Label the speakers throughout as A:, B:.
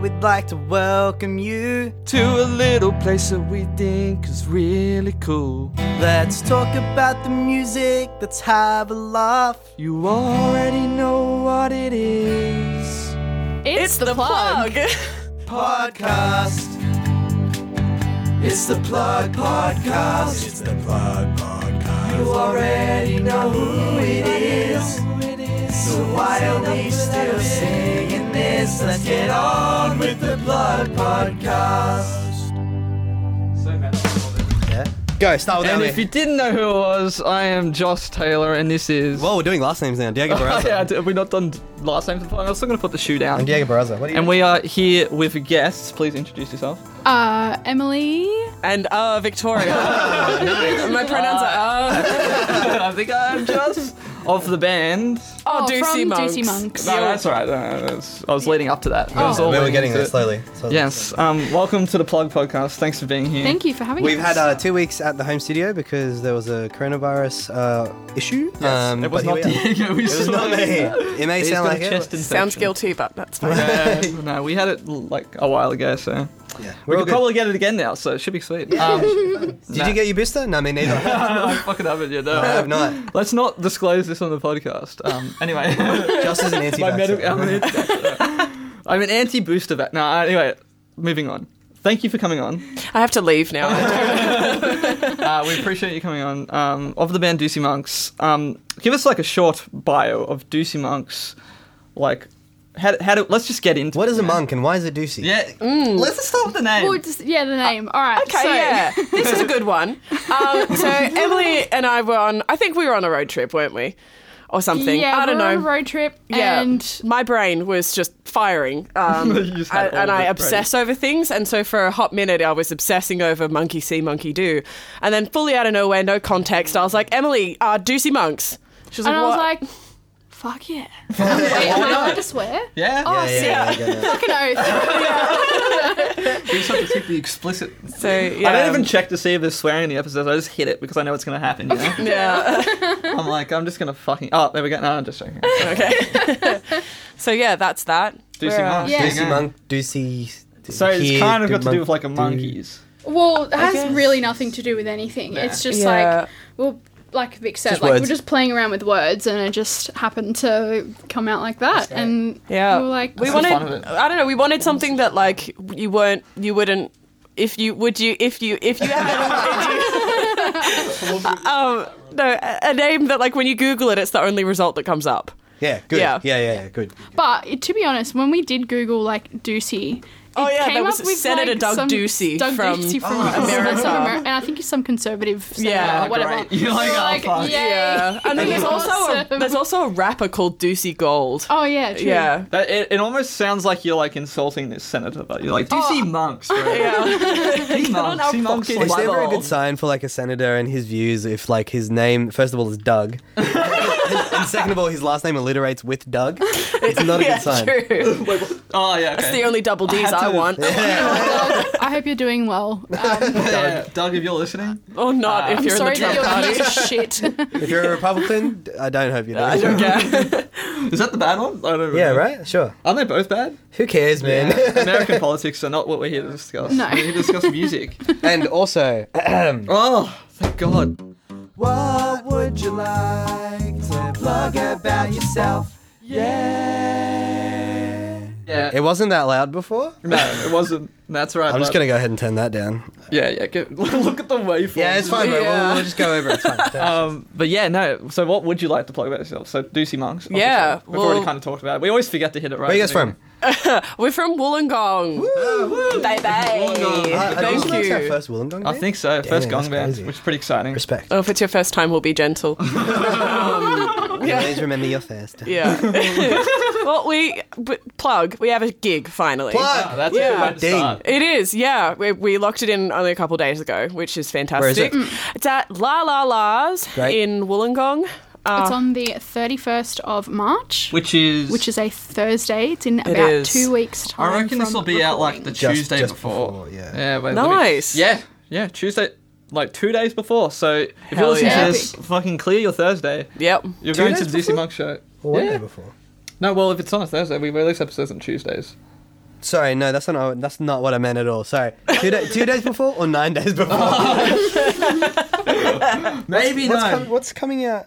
A: we'd like to welcome you.
B: to a little place that we think is really cool.
A: Let's talk about the music, let's have a laugh.
B: You already know what it is.
C: It's, the, plug.
A: Podcast.
B: It's the Plug Podcast.
D: It's the Plug Podcast.
B: You already know who it is. So why are we still singing this? Let's get on with the Plug Podcast.
D: Go, start with E.
E: And
D: Ellie.
E: if you didn't know who it was, I am Josh Taylor, and this is.
D: Well, we're doing last names now. Diego
E: Oh,
D: Barraza.
E: yeah, d- have we not done last names before? I'm still going to put the shoe
D: I'm
E: down.
D: Diego Barraza. What are you?
E: And we are here with guests. Please introduce yourself.
C: Uh, Emily.
F: and uh Victoria. My pronouns are uh.
E: I think I'm just of the band.
F: Oh,
C: Oh,
F: Ducey
C: from
F: Monks.
C: Ducey Monks.
E: No, that's all right. No, no, that's- I was leading up to that. It was all
D: we Oh, were
E: leading
D: getting
E: into
D: there
E: it.
D: slowly. slowly.
E: Yes. Um, welcome to the Plug Podcast. Thanks for being here.
C: Thank you for having
D: We've
C: us.
D: had uh, two weeks at the home studio because there was a coronavirus uh, issue. Yes, um,
E: It was not
D: but here we are.
E: Diego. We
D: It was not me. It may
E: He's
D: sound
E: got
D: like
E: a chest
D: it.
E: infection.
F: Sounds guilty, but that's fine.
E: Yeah, no, we had it like a while ago, so
D: Yeah,
E: we
D: we're all
E: could
D: good.
E: probably get it again now. So it should be sweet. Um,
D: Did you get your booster? No, me neither. I
E: I fucking haven't yet. No,
D: have not.
E: Let's not disclose this on the podcast. Um, anyway,
D: Just as an anti
E: my medical. I'm an anti. I'm an anti-booster. Vac- no, anyway, moving on. Thank you for coming on.
F: I have to leave now.
E: Uh, we appreciate you coming on. Um, of the band Doocy Monks, um, give us like a short bio of Doocy Monks. Like, how, how do? Let's just get into.
D: What
E: it,
D: is a
E: you know?
D: monk and why is it Ducey?
E: Yeah, let's just start with the name.
C: Well, Oh, just, yeah, the name. All right.
F: Uh, Okay,
C: so,
F: yeah, this is a good one. Um, so Emily and I were on. I think we were on a road trip, weren't we, or something?
C: Yeah,
F: I don't
C: we're
F: know.
C: on a road trip,
F: yeah,
C: and
F: my brain was just firing, um,
E: You just had
F: and-
E: all
F: and
E: of
F: I
E: it
F: obsess over things. And so for a hot minute, I was obsessing over monkey see, monkey do, and then fully out of nowhere, no context, I was like, Emily, uh, Ducey monks. She was
C: and
F: like,
C: I was
F: what?
C: like, fuck yeah. Wait, am I allowed to swear?
E: yeah.
C: Oh,
D: yeah, yeah,
C: sick.
D: yeah, yeah.
C: Fucking oath.
E: You just have to take the explicit.
F: so yeah.
E: I don't even check to see if there's swearing in the episodes. I just hit it because I know it's gonna happen. You know?
F: Yeah.
E: I'm like, I'm just gonna fucking. Oh, there we go. No, I'm just joking.
F: okay. so yeah, that's that.
E: Deucey
F: We're, uh,
E: Monks.
C: Yeah.
E: there you
D: Ducey
E: go.
D: monk, Ducey.
E: So it's
D: here,
E: kind of
D: do
E: got to do
D: monk-
E: with like a
D: do-
E: monkeys.
C: Well, it has
F: guess.
C: really nothing to do with anything. It's just
F: Yeah.
C: like, well, like Vic said,
D: Just
C: like
D: words.
C: we're just playing around with words, and it just happened to come out like that. And
F: Yeah.
C: we were like,
F: We
E: That's the
F: wanted.
E: fun of it.
F: I don't know. We wanted something that like you weren't. You wouldn't. If you would you if you if you had an, um no a a name that like when you Google it, it's the only result that comes up.
D: Yeah, good. Yeah,
F: Yeah.
D: yeah, yeah, good.
C: But it- to be honest, when we did Google like Ducey,
F: Oh,
C: it
F: yeah,
C: came
F: there was
C: up with,
F: Senator
C: like,
F: Doug
C: some-
F: Ducey
C: Doug
F: from
C: Ducey from
F: America.
C: America, and I think he's some conservative, senator
F: Yeah,
C: or whatever.
E: great. You're like,
C: We were
E: oh, fuck.
C: yay.
F: and then there's also a,
C: Awesome.
F: there's also a rapper called Ducey Gold.
C: oh yeah, true.
F: yeah,
E: That, it, it almost sounds like you're like insulting this senator, but you're like, do you
C: Oh.
E: see monks? Bro? see monks.
F: our
E: See monks.
F: fucking
E: like-
D: Is there a very
F: level.
D: good sign for like a senator and his views if like his name first of all is Doug, and, and second of all his last name alliterates with Doug? It's not a
F: yeah,
D: good sign.
F: true.
E: Oh yeah. Okay.
F: It's the only double D's
E: had
F: I,
E: to-
F: want,
C: Doug, I hope you're doing well. Um,
E: Yeah. Doug, if you're listening,
F: or not if
C: I'm
F: you're in the
C: sorry
F: Trump
C: that you're
F: party.
C: a piece of shit.
D: If you're a Republican, d- I don't hope you do.
F: I don't care.
E: is that the bad one? I don't. Remember.
D: yeah, right. Sure.
E: Aren't they both bad?
D: Who cares, man?
E: American politics are not what we're here to discuss.
C: No.
E: We're here to discuss music.
D: and also,
E: Oh, thank God.
A: What would you like to plug about yourself?
E: Yeah.
D: it wasn't that loud before.
E: no, it wasn't. That's right.
D: I'm just
E: but-
D: gonna go ahead and turn that down.
E: Yeah, yeah. Get, look at the waveform.
D: Yeah, it's fine. Bro. We'll, we'll just go over. it. It's fine.
E: Um, but yeah, no. So, what would you like to plug about yourself? So, Deucey Monks. obviously.
F: Yeah,
E: we've already
F: well-
E: kind of talked about. it. We always forget to hit it right.
D: Where are you guys from?
F: We're from Wollongong. Bye
D: Uh,
F: bye.
D: I
F: Thank
D: think that's our
F: you.
D: first Wollongong.
E: I
D: band?
E: think so. First
D: that's
E: gong band,
D: crazy.
E: which is pretty exciting.
D: Respect.
F: Oh, if it's your first time, we'll be gentle.
D: Always remember your first.
F: Yeah. well, we but plug. We have a gig finally.
D: Plug.
E: That's a good way to
D: Ding.
E: start.
F: It is, yeah. We, we locked it in only a couple days ago, which is fantastic.
D: Where is it?
F: It's at La La La's
D: Great.
F: in Wollongong. Ah.
C: it's on the 31st of March,
E: Which is
C: which is a Thursday. It's in about
F: is.
C: two weeks' time.
E: I reckon this
C: from
E: will be out like the
C: recording.
D: Just-
E: Tuesday
D: just
E: before.
D: before, yeah.
E: Yeah. Wait, let me-
F: Nice.
E: yeah. Yeah. Tuesday, like two days before. So if you
F: Hell
E: listen
C: yeah.
E: to this, fucking clear your Thursday.
F: Yep.
E: You're
D: Two
E: going to
D: days
E: the DC
D: before?
E: Monk show.
D: Or one
E: Yeah.
D: day before.
E: No, well, if it's on a Thursday, we release episodes on Tuesdays.
D: Sorry, no, that's not. That's not what I meant at all. Sorry. Two, da- two days before or nine days before?
E: Maybe
D: what's,
E: not.
D: com- what's coming out?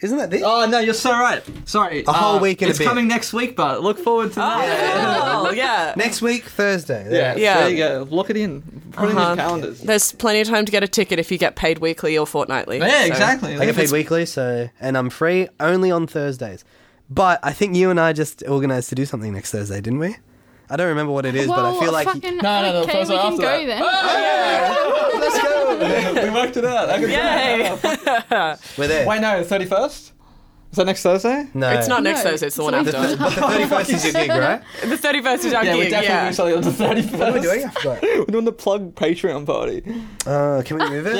D: Isn't that this?
E: Oh no, you're so right. Sorry, a
D: whole week and a
E: It's
D: bit.
E: coming next week, but look forward to that.
F: Oh, Ah, yeah.
D: Next week, Thursday.
E: Yeah,
F: Yeah.
E: there you go. Lock it in. Put it in
F: Uh-huh.
E: your calendars.
F: There's plenty of time to get a ticket if you get paid weekly or fortnightly.
E: Yeah,
F: so-
E: exactly.
D: I get paid weekly, so and I'm free only on Thursdays. But I think you and I just organised to do something next Thursday, didn't we? I don't remember what it is,
C: well,
D: but I feel like
C: fucking,
B: No, no, no,
C: okay,
B: first
C: we
B: one
C: can
B: after
C: go
B: that.
C: then.
D: let's go.
E: we worked it out. I could-
F: Yay!
D: We're there.
E: Wait, no, thirty first. Is that next Thursday?
D: No,
F: It's not
C: No,
F: next Thursday, it's the one
D: The,
F: after.
D: th- but the 31st is your gig, right?
F: The 31st is our
E: Yeah, we're
F: gig,
E: definitely
F: yeah.
E: doing something on the thirty first.
D: What are we doing? I forgot.
E: We're doing the plug Patreon party.
D: Uh, can we move it?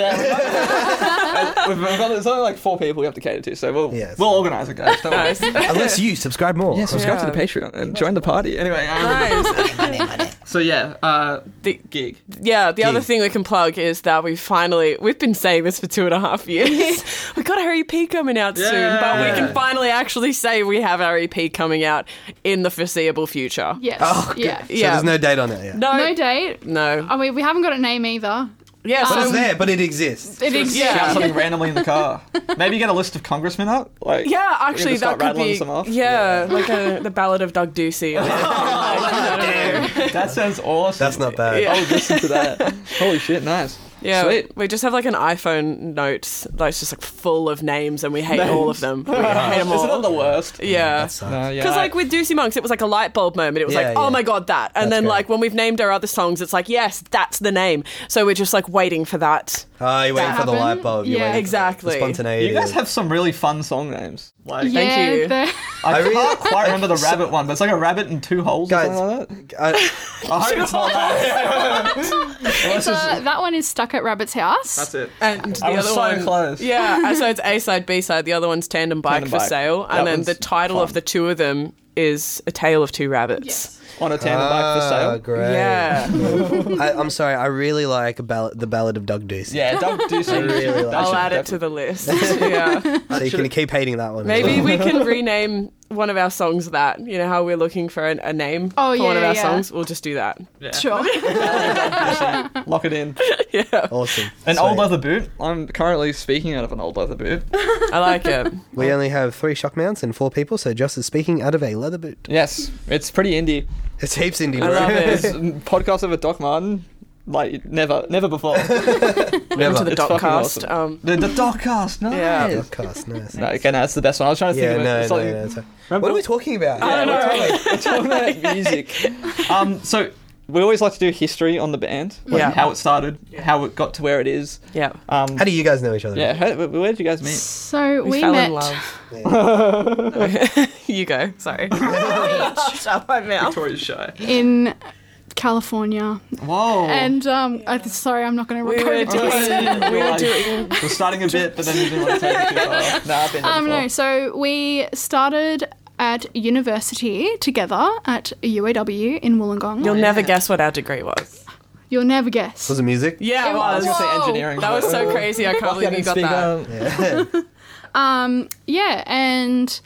E: we've, we've got, there's only like four people we have to cater to, so we'll
D: Yes.
E: we'll organise it, guys. Don't worry.
D: Unless you subscribe more.
E: Yeah, subscribe to
F: Yeah.
E: the Patreon and join the party. Anyway, um,
F: Nice.
E: so yeah, uh,
F: The-
E: gig.
F: Yeah, the other
D: Gig.
F: thing we can plug is that we finally, we've been saying this for two and a half years. We've got our EP coming out soon, but
E: Yeah.
F: we can finally actually say we have our EP coming out in the foreseeable future.
C: Yes.
D: Oh, good.
C: yeah.
D: So
F: Yeah.
D: there's no date on it yet.
F: No,
C: No date.
F: no.
C: I mean, we haven't got a name either.
F: Yeah,
D: But
F: so
D: it's there, but it exists.
C: It exists.
F: Yeah.
E: Shout something randomly in the car. Maybe get a list of congressmen up. Like
F: Yeah,
E: we can
F: actually,
E: just start
F: that could
E: rattling
F: be.
E: some off.
F: Yeah, like a, the Ballad of Doug Ducey.
E: That sounds awesome.
D: That's not bad.
F: Yeah.
E: I'll listen to that. Holy shit, nice.
F: Yeah,
E: Sweet.
F: we just have like an iPhone note that's just like full of names, and we hate all of them. We hate them
E: Is it not
F: all.
E: the worst?
F: Yeah.
D: That sucks.
E: No, yeah.
F: Because like with Doocy Monks, it was like a light bulb moment. It was
D: Yeah,
F: like, oh
D: yeah.
F: my god, that. And
D: That's
F: then
D: great.
F: like when we've named our other songs, it's like, yes, that's the name. So we're just like waiting for that.
D: Oh, you're waiting
C: That
D: for the light
C: happened?
D: bulb. You're
C: Yeah.
D: waiting for
F: Exactly.
D: The spontaneity.
E: you guys have some really fun song names. Like
C: yeah,
F: you.
C: the-
E: I,
D: I really-
E: can't quite remember the rabbit one, but it's like a rabbit in two holes
D: Guys,
E: or something like
D: I-
E: that. I hope it's not that. Let's
F: uh,
E: just-
C: the- that one is stuck at Rabbit's house.
E: that's it.
F: And the
E: I was
F: other
E: so
F: one,
E: close.
F: yeah. and so it's A side, B side. The other one's Tandem Bike
E: Tandem
F: for
E: Bike.
F: Sale,
E: That
F: and then
E: one's
F: the title
E: fun.
F: of the two of them is A Tale of Two Rabbits.
C: Yes.
E: On a tandem bike for
D: Ah,
E: sale.
D: great.
F: Yeah,
D: I, I'm sorry. I really like ball- the ballad of Doug Ducey.
E: Yeah, don't do something.
D: really like
F: I'll add it to the list. yeah,
D: So you can keep hating that one.
F: maybe we can rename one of our songs that. You know how we're looking for an, a name
C: Oh,
F: for one
C: yeah,
F: of our
C: yeah.
F: songs. We'll just do that.
C: Sure.
E: Lock it in.
F: Yeah,
D: Awesome.
E: An
D: Sweet.
E: old leather boot. I'm currently speaking out of an old leather boot.
F: I like it.
D: We only have three shock mounts and four people, so Joss is speaking out of a leather boot.
E: Yes, it's pretty indie.
D: It's heaps indie,
F: I
D: bro.
F: love it.
E: It's a podcast over Doc Martin. Like never, never before.
F: Into the
E: It's fucking
F: doc cast.
E: awesome.
F: Um,
E: The, the Doc Cast. No.
F: Yeah.
D: Podcast, nice.
E: No, okay, no, that's the best one. I was trying to
D: Yeah,
E: think of it.
D: no,
E: It's
D: no,
E: like-
D: no, it's fine.
E: Remember-
D: What are we talking about?
E: Yeah,
F: don't
E: we're
F: know.
E: talking- We're talking about music. Um, so we always like to do history on the band, like
F: Yeah.
E: how it started, how it got to where it is.
F: yeah.
E: Um,
D: How do you guys know each other?
E: yeah, how, where- where did you guys meet?
C: So we,
F: fell
C: met.
F: in love. you go. Sorry. Shut my mouth.
E: Victoria's Shy.
C: in California.
E: Whoa.
C: And um, I, sorry, I'm not going
F: We
C: to go
F: were
C: into
F: doing-
C: it.
E: we
F: were doing-
E: We're starting a bit, but then you didn't want to take it too far. Nah, I've been there
C: Um,
E: before.
C: no, so we started at university together at UAW in Wollongong.
F: You'll never guess what our degree was.
C: You'll never guess.
D: Was it music?
F: Yeah, it
C: was.
E: I was gonna say
C: Whoa.
E: engineering.
F: That was so crazy. I can't believe you got that.
D: Yeah.
C: Um, yeah, and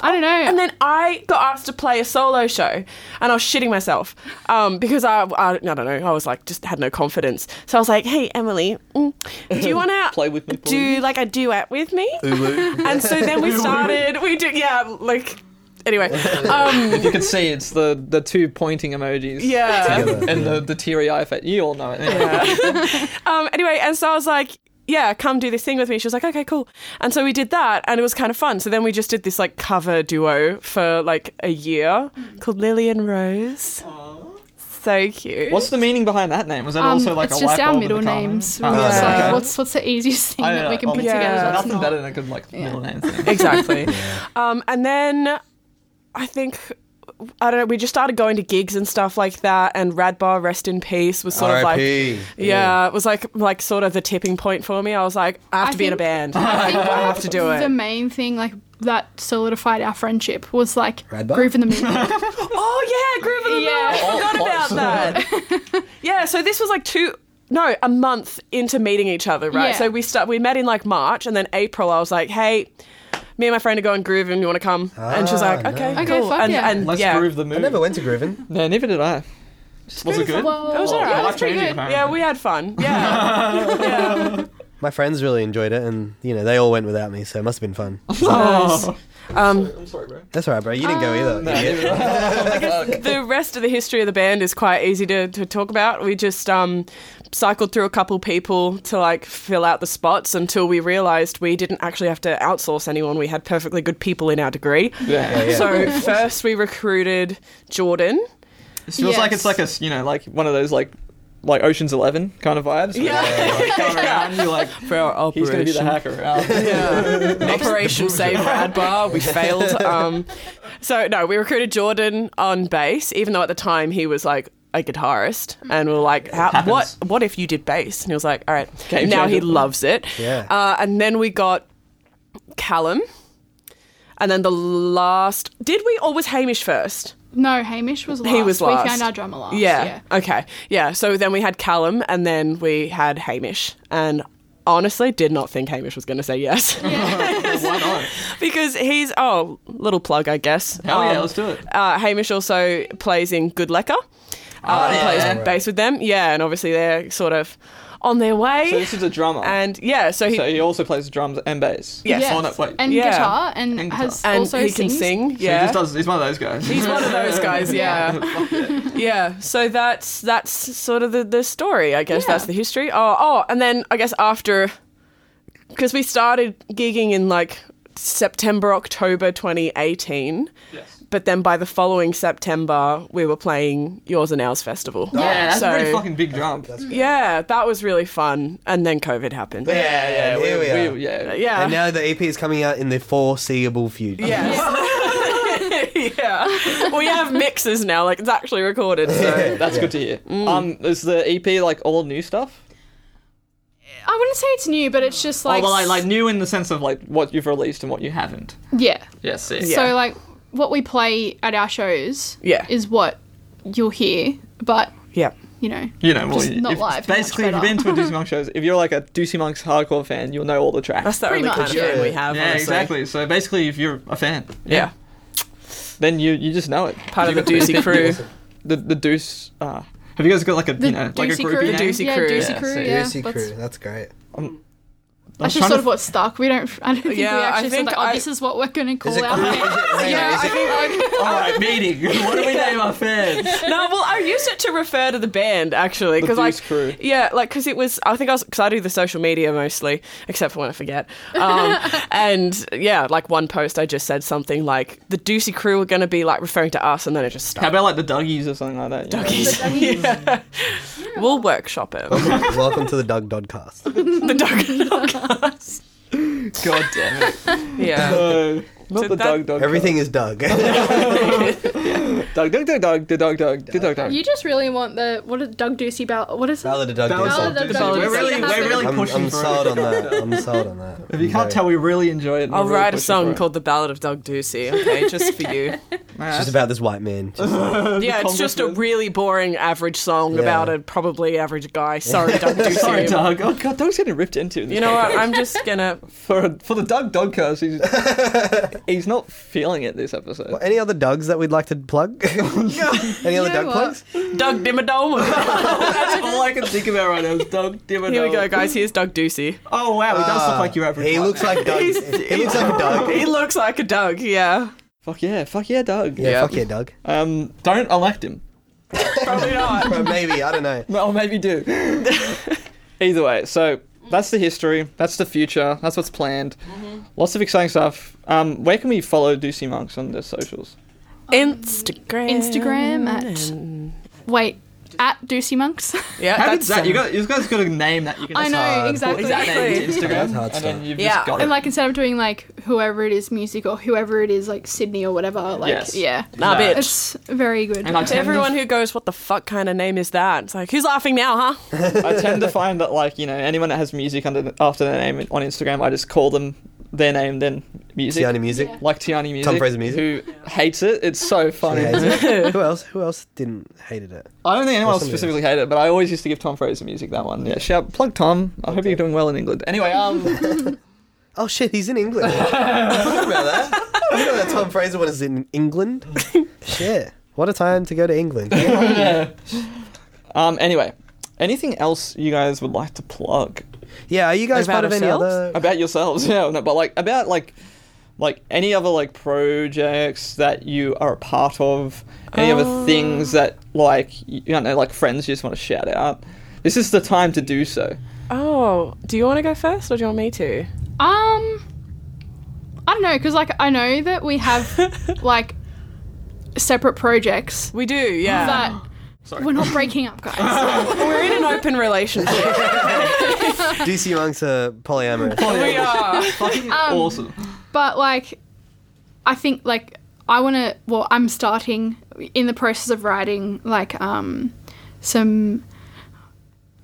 C: I don't know.
F: And then I got asked to play a solo show, and I was shitting myself um, because I, I, I don't know, I was like just had no confidence. So I was like, "Hey Emily, mm, do you want to
E: Play with me,
F: Do
E: please."
F: like a duet with me?"
D: Ulu.
F: And so then we started. We did, yeah, like anyway, um,
E: You can see it's the, the two pointing emojis.
F: yeah.
D: Together.
E: And the, the teary eye effect. You all know it.
F: um, anyway, and so I was like, yeah, come do this thing with me. She was like, okay, cool. And so we did that, and it was kind of fun. So then we just did this like cover duo for like a year called Lily and Rose. So cute.
E: What's the meaning behind that name? Was that
C: Um,
E: also like
C: it's
E: a
C: just
E: light
C: our
E: bulb in
C: middle
E: the car?
C: names.
E: Oh,
C: We're just
E: okay.
C: like, what's what's the easiest thing
E: I,
C: that we
E: uh,
C: can put
E: well,
C: together?
F: yeah.
C: that's
E: Nothing
C: not-
E: better than a good like middle name thing.
F: exactly? um, and then I think. I don't know. We just started going to gigs and stuff like that, and Radbar, rest in peace, was sort of like,
D: R.I.P..
F: yeah, it was like like sort of the tipping point for me. I was like, I have
C: I
F: to be in a
C: think-
F: band. I,
C: I think one
F: have
C: of
F: to do it.
C: The main thing like that solidified our friendship was like
D: Radbar?
C: groove in the middle.
F: Oh yeah, Groove of the
C: Yeah.
F: Mill. I forgot about that. yeah, so this was like two no, a month into meeting each other, right?
C: Yeah.
F: So we start we met in like March and then April I was like, "Hey, me and my friend are going grooving. You want to come? and she's like,
D: Ah,
F: okay,
D: nice.
F: cool.
C: Okay, fuck
F: and,
C: yeah.
F: and
E: Let's
F: yeah.
E: groove the
D: I
E: moon.
D: never went to Groovin.
E: No, neither did I. was it good?
C: Well,
F: It was alright.
C: yeah,
F: Life
C: pretty
E: changing,
C: good.
E: apparently.
F: Yeah, we had fun. Yeah. yeah.
D: My friends really enjoyed it, and you know they all went without me, so it must have been fun.
E: Oh.
F: Um,
E: I'm sorry, bro.
D: That's alright, bro. You didn't go either. idiot.
F: the rest of the history of the band is quite easy to, to talk about. We just um, cycled through a couple people to like fill out the spots until we realized we didn't actually have to outsource anyone. We had perfectly good people in our degree.
E: Yeah.
D: Yeah.
F: So first we recruited Jordan.
E: It feels like it's like a s- you know like one of those like like Ocean's Eleven kind of vibes.
F: Yeah.
E: Like, come around, you're like
F: For our operation.
E: he's gonna be the hacker. Um,
F: Operation Save Radbar. We failed. Um, so no, we recruited Jordan on bass, even though at the time he was like a guitarist, and we were like, How,
E: Happens.
F: "What? What if you did bass?" And he was like, "All right."
E: Game
F: now he
E: changer.
F: loves it.
D: Yeah.
F: Uh, and then we got Callum, and then the last. Did we or was Hamish first?
C: No, Hamish was last.
F: He was last.
C: We found our drummer last.
F: Yeah. Uh, Okay. Yeah. So then we had Callum, and then we had Hamish, and honestly, did not think Hamish was going to say yes.
E: why not?
F: because he's oh little plug I guess.
E: Hell yeah,
F: Um,
E: let's do it.
F: Uh, Hamish also plays in Good Lecker. Uh,
E: Oh, yeah.
F: Plays
E: Right.
F: bass with them, yeah, and obviously they're sort of on their way.
E: So this is a drummer,
F: and yeah, so he
E: so he also plays drums and bass.
F: Yes.
E: Oh, no, wait.
C: And
F: Yeah.
C: guitar and,
E: And
C: has
F: and
C: also
F: he
C: sings.
F: can sing,
E: So he
F: yeah.
E: just does. He's one of those guys.
F: He's one of those guys, yeah.
E: Fuck yeah.
F: Yeah, so that's that's sort of the, the story, I guess.
C: Yeah.
F: That's the history. Oh, oh, and then I guess after, because we started gigging in like September, October 2018,
E: Yes.
F: but then by the following September, we were playing Yours and Ours Festival.
E: Yeah, Oh, that's
F: so,
E: a pretty fucking big jump.
F: Yeah, that was really fun. And then COVID happened.
D: Yeah, and here we, are.
E: yeah.
F: Yeah.
D: And now the EP is coming out in the foreseeable future.
F: yes. yeah. We have mixes now, like it's actually recorded. So.
E: That's good to hear.
F: Mm.
E: Um, is the EP like all new stuff?
C: I wouldn't say it's new, but it's just like,
E: oh, well, like, like new in the sense of like what you've released and what you haven't.
C: yeah.
E: Yes. sick.
F: Yeah.
C: So like what we play at our shows
F: Yeah.
C: is what you'll hear, but
F: Yeah.
C: you know,
E: You know, well,
C: Just not
E: if-
C: live, much
E: Basically, if you've
C: better.
E: been to a Doocy Monk shows, if you're like a Doocy Monks hardcore fan, you'll know all the tracks.
F: That's the
C: Pretty
F: only
C: much,
F: kind of
C: yeah.
F: thing we have.
E: yeah,
F: honestly.
E: exactly. So basically, if you're a fan,
F: Yeah.
E: then you you just know it.
F: Part of
E: You
F: the
E: got
F: Doocy crew.
E: The the Deuce. Uh, have you guys got like a
C: the
E: you know like a
C: Doocy
E: group
C: crew,
E: name?
F: Doocy
C: yeah,
F: crew.
C: Doocy
E: Yeah,
C: crew,
E: so
C: yeah.
D: Doocy
C: That's,
D: crew. That's great.
E: I'm
C: that's just
E: trying
C: sort
E: to
C: of what stuck. We don't, I don't think
F: Yeah,
C: we
F: I
C: actually
F: think
C: said like, oh,
F: I-
C: this is what we're gonna call
D: it
C: our
D: crew?
C: band.
F: Yeah, I think
E: f- All right, meeting. what do we name our fans?
F: no, well, I used it to refer to the band actually, because like,
E: Deuce Crew.
F: yeah, like because it was. I think I was because I do the social media mostly, except for when I forget. Um, and yeah, like one post, I just said something like the Deucey Crew are going to be like referring to us, and then it just
E: How
F: stopped.
E: about like the Dougies or something like that? Dougies.
F: Yeah. We'll workshop it.
E: Oh
D: Welcome to the Doug Dodcast.
F: the dog.
E: God damn it.
F: yeah.
E: No, not
F: So
E: the
F: that-
E: Doug Doug.
D: Everything is Doug.
E: Doug Doug Doug Doug the Doug Doug the Doug Doug.
C: You just really want the what is Doug Ducey ballad? What is it?
D: Ballad of Doug
E: Ballad
D: Dodcast.
E: of
C: Doug
E: Doug
C: Doug
E: We're really-
C: Doug
E: we're
C: Doug
E: really
C: Doug.
D: I'm,
E: pushing
D: I'm
E: for
D: sold
E: it.
D: on that. I'm sold on that.
E: If you can't tell, we really enjoy it. and
F: I'll
E: we're really
F: write a
E: pushing for
F: song
E: it.
F: called "The Ballad of Doug Ducey," okay, just for you.
E: Man,
D: It's
E: that's-
D: just about this white man. Just-
F: Yeah, it's just a
E: Congressman.
F: really boring average song
D: Yeah.
F: about a probably average guy. Sorry, Doug Ducey.
E: Sorry, Doug. Oh God, Doug's getting ripped into. In this
F: You know what?
E: podcast.
F: I'm just gonna.
E: For for the Doug Doug curse, he's he's not feeling it this episode.
D: Any other Dougs that we'd like to plug? Any
C: know
D: other Doug
C: what?
D: plugs?
F: Doug Dimmadome.
E: That's all I can think about right now is Doug Dimmadome.
F: Here we go, guys. Here's Doug Ducey.
E: Oh wow, he does look
D: Ah,
E: like your average.
D: He
E: white
D: looks
E: man.
D: like Doug. he looks like Doug.
F: He looks like a Doug, yeah.
E: Fuck yeah, fuck yeah, Doug.
D: Yeah, fuck yeah, Doug.
E: Um, don't elect him.
F: Probably not.
D: Or maybe I don't know.
E: Well, maybe do. Either way, so that's the history. That's the future. That's what's planned. Lots of exciting stuff. Um, where can we follow Deucey Monks on their socials?
F: Instagram.
C: Instagram at wait at Ducey Monks.
F: Yeah,
E: How
F: that's
E: did that? you
F: um,
E: guys, you guys got a name that you can.
C: I
E: just
C: know
D: hard.
C: exactly.
E: name to
F: Exactly.
D: That's
E: Instagram,
D: hard
E: and then
D: stuff.
E: you've
F: Yeah.
E: just got it.
C: And like instead of doing like whoever it is music or whoever it is like Sydney or whatever, like
E: Yes.
C: yeah.
F: Nah,
E: Yeah.
F: bitch.
C: It's very good.
E: And I
F: To
E: tend,
F: everyone
E: to,
F: who goes, what the fuck kind of name is that? It's like, who's laughing now, huh?
E: I tend to find that like you know anyone that has music under after their name on Instagram, I just call them their name then music.
D: Tiana music.
E: like Tiani music.
D: Tom Fraser Music.
E: who hates it. It's so funny.
D: He hates it. who else? Who else didn't hated it?
E: I don't think anyone else
D: Or somebody else.
E: specifically hated it, but I always used to give Tom Fraser music that one. Yeah, shout plug Tom. I hope you're doing well in England. Anyway, um,
D: oh shit, he's in England. I forgot about that. You know that Tom Fraser one is in England. shit, what a time to go to England.
E: Um. Anyway, anything else you guys would like to plug
D: Yeah, are you guys
F: About
D: part of any
F: ourselves?
D: other?
E: about yourselves? Yeah. No, but like about like like any other like projects that you are a part of, any other things that like you you know like friends you just want to shout out. This is the time to do so.
F: Oh, do you want to go first or do you want me to?
C: Um, I don't know, because like I know that we have like separate projects,
F: We do, yeah.
C: but we're not breaking up, guys.
F: We're in an open relationship.
D: DC monks are polyamorous.
F: we are.
E: Fucking awesome.
C: but like, I think like I want to. Well, I'm starting in the process of writing like um some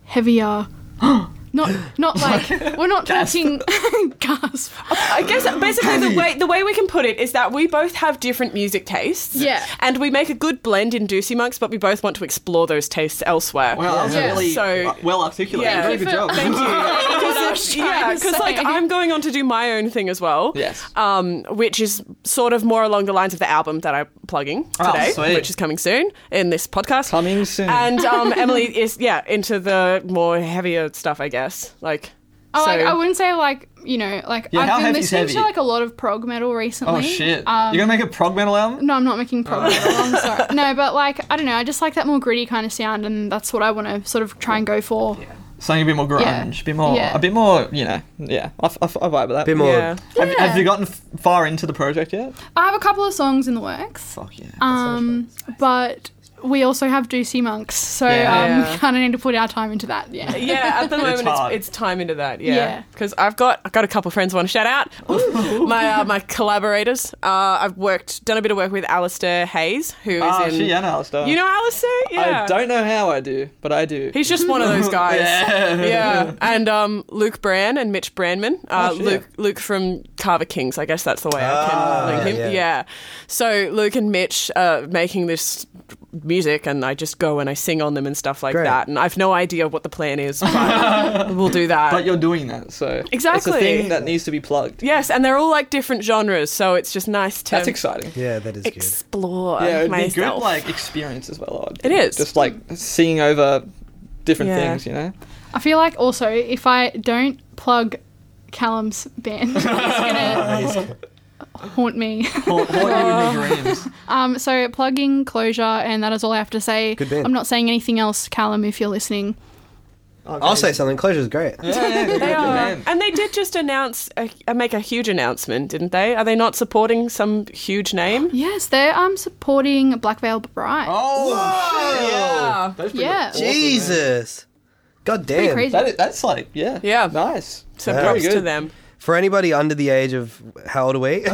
C: heavier. Not, not like we're not talking gasp.
F: I guess basically the way the way we can put it is that we both have different music tastes.
C: Yeah.
F: And we make a good blend in Doocy Monks, but we both want to explore those tastes elsewhere.
E: Wow, that was
C: Yeah.
E: really
F: So-
E: uh, well articulated.
F: Yeah.
E: Very good
C: Thank you
E: job.
C: for-
F: Thank you. Because
C: trying to
F: like
C: say.
F: I'm going on to do my own thing as well.
E: Yes.
F: Um, which is sort of more along the lines of the album that I'm plugging
E: Oh,
F: today,
E: sweet.
F: which is coming soon in this podcast.
E: Coming soon.
F: And um, Emily is yeah into the more heavier stuff, I guess. Like,
C: Oh,
F: so-
C: like, I wouldn't say like you know like
E: Yeah, how
C: I've been
E: heavy is
C: listening to
E: heavy?
C: like a lot of prog metal recently.
E: oh shit!
C: Um,
E: You're gonna make a prog metal album?
C: no, I'm not making prog metal.
E: Oh.
C: I'm sorry. No, but like I don't know. I just like that more gritty kind of sound, and that's what I want to sort of try and go for.
E: Something a bit more
C: Yeah.
E: grunge, a bit more,
C: Yeah.
E: a bit more, you know, yeah. I, f- I f- I vibe with that.
D: bit more.
F: yeah.
E: Have, have you gotten f- far into the project yet?
C: I have a couple of songs in the works,
E: Fuck yeah.
C: um, but we also have Juicy Monks, so
E: Yeah.
C: um,
F: Yeah.
C: we kind of need to put our time into that. Yeah.
F: Yeah, at the moment it's,
E: hard.
F: it's, time into that.
C: Yeah.
F: Yeah, because I've got I've got a couple of friends I want to shout out. my uh, my collaborators. Uh, I've worked done a bit of work with Alistair Hayes, who is
E: Oh
F: in.
E: shit, yeah, no, I'll start.
F: You know Alistair? Yeah.
E: I don't know how I do, but I do.
F: He's just one of those guys.
E: Yeah.
F: Yeah. And um, Luke Brand and Mitch Brandman. Uh,
E: Oh, shit.
F: Luke Luke from Carver Kings, I guess that's the way I can
D: Ah,
F: link him.
D: yeah,
F: Yeah.
D: yeah.
F: So Luke and Mitch uh, making this music and I just go and I sing on them and stuff like
D: Great.
F: that. And I've no idea what the plan is, but we'll do that.
E: but you're doing that, so
F: Exactly.
E: It's a thing that needs to be plugged.
F: Yes, and they're all like different genres, so it's just nice to
E: That's exciting.
D: Yeah, that is good.
F: explore
E: Yeah, it'd be good
F: myself.
E: like experience as well. I'd
F: It
E: think.
F: is.
E: just like seeing over different
F: Yeah.
E: things, you know.
C: I feel like also if I don't plug Callum's band, it's gonna haunt me.
E: Haunt you in your dreams.
C: Um, so plugging closure, and that is all I have to say.
D: Good band.
C: I'm not saying anything else, Callum, if you're listening.
D: I'll say something. Closure's great.
E: Yeah, yeah, good
F: they are.
E: man.
F: And they did just announce, a, uh, make a huge announcement, didn't they? Are they not supporting some huge name?
C: Yes, they're um supporting Black Veil Bride.
E: Oh, shit,
F: Yeah.
E: That's pretty
C: Yeah.
E: awesome, man.
D: Jesus. God
C: Pretty
D: damn.
C: crazy.
E: That is, that's like, yeah.
F: Yeah.
E: Nice.
F: So
D: Yeah.
F: props
E: Very
F: to
E: good.
F: them.
D: For anybody under the age of how old are we?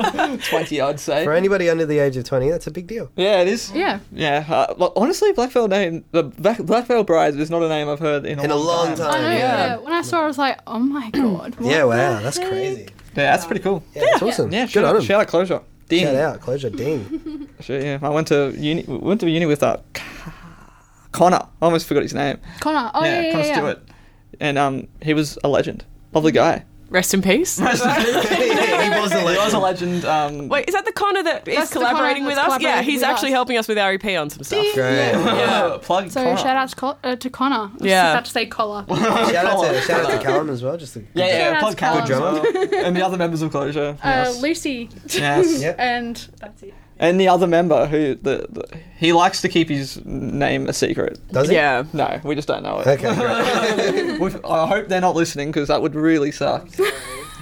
E: 20, I'd say.
D: For anybody under the age of twenty, that's a big deal.
E: Yeah, it is.
C: Yeah.
E: Yeah. Uh, well, honestly, Black Veil name, the Black, Black Veil Bride is not a name I've heard in a,
D: In a long time.
E: Oh,
C: I know.
D: yeah.
C: Oh, Yeah. When I saw, it, I was like, oh my god. what
D: Yeah, wow,
C: the
D: that's
C: heck?
D: crazy.
E: Yeah, that's pretty cool.
D: Yeah, that's awesome.
E: Yeah,
D: good
E: shout,
D: on him.
E: out, shout out Closure. Ding.
D: Shout out, Closure, ding.
E: Shit, yeah. I went to uni. Went to uni with uh, Connor. I almost forgot his name.
C: Connor. Oh yeah, yeah,
E: Connor
C: yeah.
E: Stewart. And um, he was a legend. Lovely guy.
F: Rest in peace.
D: he was a
E: He was a
D: legend.
E: legend. Um,
F: Wait, is that the Connor that is
C: That's the
F: collaborating
C: Connor
F: with
C: that's
F: us? Yeah,
C: collaborating
F: he's
C: with
F: actually
C: us.
F: helping us with REP on some stuff.
D: Great.
E: yeah. Plug
C: So
E: Connor.
C: shout out to, Col- uh, to Connor. I was
F: Yeah.
C: about to say collar. Uh,
D: Shout out to
E: Colin.
D: shout out to Callum as well. Just a
E: Yeah, yeah,
C: Shout out
E: plug
C: to Callum.
E: Callum.
C: Good
E: as well. and the other members of Closure.
C: Uh,
E: yes.
C: Lucy
E: yes.
D: Yep.
C: and that's it.
E: And the other member who the, the he likes to keep his name a secret.
D: Does he?
F: Yeah.
E: No, we just don't know it.
D: Okay, great.
E: We've- I hope they're not listening because that would really suck.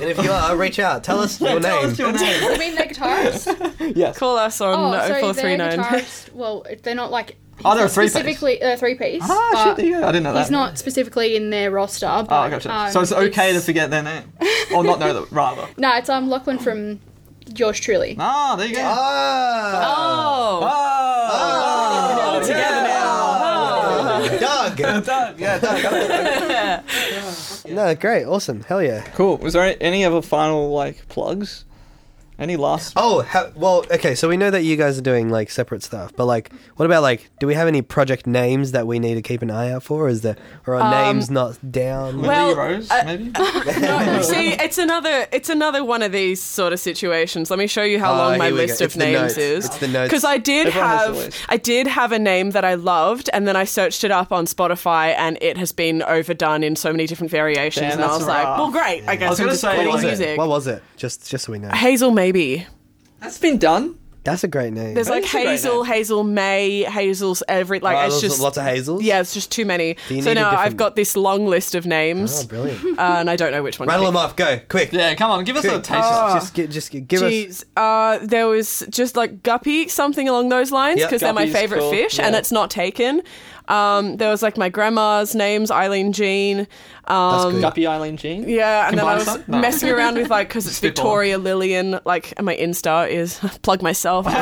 D: And if you are, uh, reach out. Tell us your
E: Tell
D: name.
E: us your name.
C: You mean they're guitarists?
E: yes.
F: Call us on
C: oh, so they're
F: 0439.
C: guitarists. Well, they're not like.
E: Oh, they're a three-piece.
C: specifically uh, three piece.
E: Ah, shit, yeah, I didn't know that.
C: He's not specifically in their roster. But,
E: Oh, gotcha.
C: um,
E: so it's okay to forget their name, or not know them, rather.
C: No, it's um Lachlan from yours truly.
E: Ah, there you go. Oh,
D: Ah,
F: Oh,
E: oh,
F: together now.
D: Doug.
E: Doug, yeah, Doug.
D: No, great, awesome, hell yeah.
E: cool. Was there any other final like plugs? Any last?
D: Oh, ha- well, okay. So we know that you guys are doing like separate stuff, but like, what about like, do we have any project names that we need to keep an eye out for? Is there or
F: Um,
D: are names not down?
F: well-
E: Rose, maybe.
F: No, see, it's another it's another one of these sort of situations. Let me show you how
D: Ah,
F: long my
D: here we go.
F: list
D: It's
F: of
D: the
F: names
D: notes.
F: is.
D: It's the notes.
F: Because I did
E: Everyone has the
F: have
E: list.
F: I did have a name that I loved, and then I searched it up on Spotify, and it has been overdone in so many different variations.
E: Damn,
F: and I
E: that's
F: was like,
E: rough.
F: well, great. I guess
B: was
F: I'm
B: gonna
F: just
B: say,
F: quitting
B: like-
D: What was it?
F: music.
D: What was it? Just, just so we know.
F: Hazel, maybe.
E: That's been done.
D: That's a great name.
F: There's like
E: That's a great
F: Hazel,
E: name.
F: Hazel May, Hazel's every like
D: Oh,
F: it's
D: there's
F: just
D: lots of hazels.
F: yeah, it's just too many.
D: Do you
F: So
D: need a
F: now I've
D: different-
F: got this long list of
D: Oh,
F: names,
D: brilliant.
F: uh, and I don't know which one. to
D: Rattle
F: pick.
D: them off. Go quick.
E: Yeah, come on, give us a
D: Quick.
E: taste.
F: Ah.
D: Just, gi- just gi- give us.
F: Jeez, uh, there was just like guppy, something along those lines,
D: Yep.
F: because they're my
E: Guppy's
F: favorite
E: cool,
F: fish, and
E: yeah.
F: it's not taken. Um, there was like my grandma's names, Eileen Jean.
D: That's
F: Um,
D: good.
E: Guppy Eileen Jean.
F: yeah, and then
E: Combine
F: I was
E: some? No.
F: messing around with like because it's
E: Spitball.
F: Victoria Lillian, like, and my Insta is plug myself. no,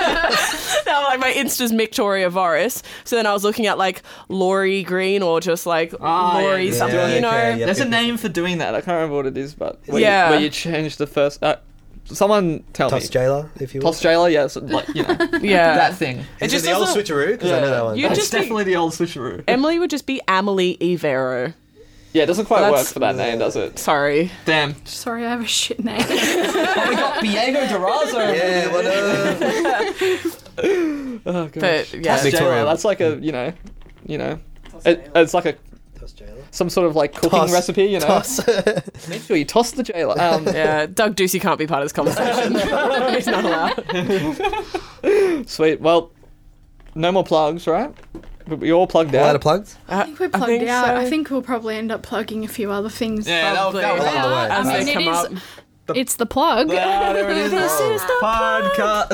F: like my Insta's Victoria Voris. So then I was looking at like Laurie Green or just like
E: Ah, yeah,
F: Laurie
E: yeah,
F: something,
E: yeah,
F: you know.
D: okay, yeah.
E: There's a name for doing that. I can't remember what it is, but where
F: Yeah.
E: you, where you change the first. Uh, someone tell
D: Toss
E: me.
D: jailer, if you will.
E: Toss jailer. Yeah, so, like you know
F: Yeah.
E: that thing.
D: Is
F: just
D: it the old
F: doesn't-
D: switcheroo? Because I know that one.
F: You- It's
E: It's
F: just be-
E: definitely the old switcheroo.
F: Emily would just be Amelie Evero.
E: Yeah, it doesn't quite work
F: That's-
E: for that name, does it?
F: Sorry.
E: Damn.
C: Sorry, I have a shit name.
E: we got Diego Durazo.
D: yeah, what up?
E: Oh, gosh.
F: But yeah.
E: Toss Jailer,
D: Victoria.
E: That's like a you know, you know, it, it's like a
D: Toss jailer.
E: some sort of like cooking
D: Toss.
E: recipe. You know,
D: Toss.
E: make sure you toss the jailer. Um,
F: Yeah, Doug Ducey can't be part of this conversation. He's not allowed.
E: Sweet. Well, no more plugs, right? We- We all plugged
D: A lot
E: out.
D: of plugs.
C: I think we're plugged
F: think
C: out.
F: so.
C: I think we'll probably end up plugging a few other things.
E: Yeah, that was- that was-
F: Probably.
D: Along the way.
C: I
F: As
C: mean,
F: they
C: it
F: come
C: is-
F: up.
C: It's the plug.
E: Ah, there it is.
D: Podcast.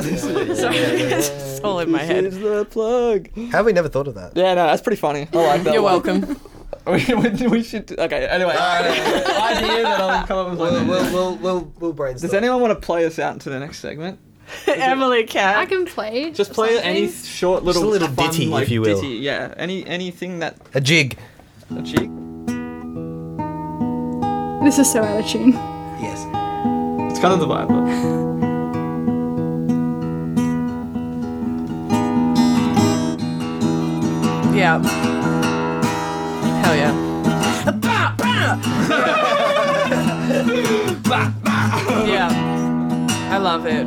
F: It's all in my head.
E: Here's the plug.
D: Have we never thought of that?
E: Yeah, no, that's pretty funny. I like that.
F: You're
E: one.
F: welcome.
E: we, we- we should. Okay. Anyway, idea that I'll come up with.
D: We'll,
E: later.
D: we'll, we'll, we'll, we'll brainstorm.
E: Does anyone want to play us out into the next segment?
C: I
F: Emily Cat.
C: can play.
E: Just play
C: something.
E: any short little,
D: a little
E: fun,
D: ditty, if
E: like,
D: you will.
E: ditty, Yeah. Any anything that
D: a jig?
E: a cheek.
C: This is so out of tune.
D: Yes.
E: It's kind of the vibe. But...
F: Yeah. Hell yeah. Bah, bah. yeah. I love it.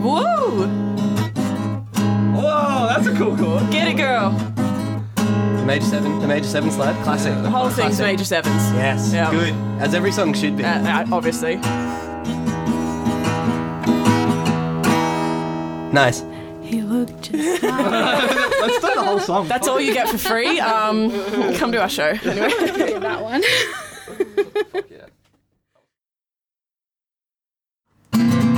F: Woo!
E: Whoa, that's a cool chord.
F: Get it, girl.
D: The major seven. The major seven slide. Classic.
F: The whole thing's Major Sevens.
D: Yes.
F: Yeah.
D: Good. As every song should be.
F: Uh, uh, obviously.
D: nice.
C: He looked just like
E: Let's play the whole song.
F: That's all you get for free. Um, come to our show. Anyway.
C: that one.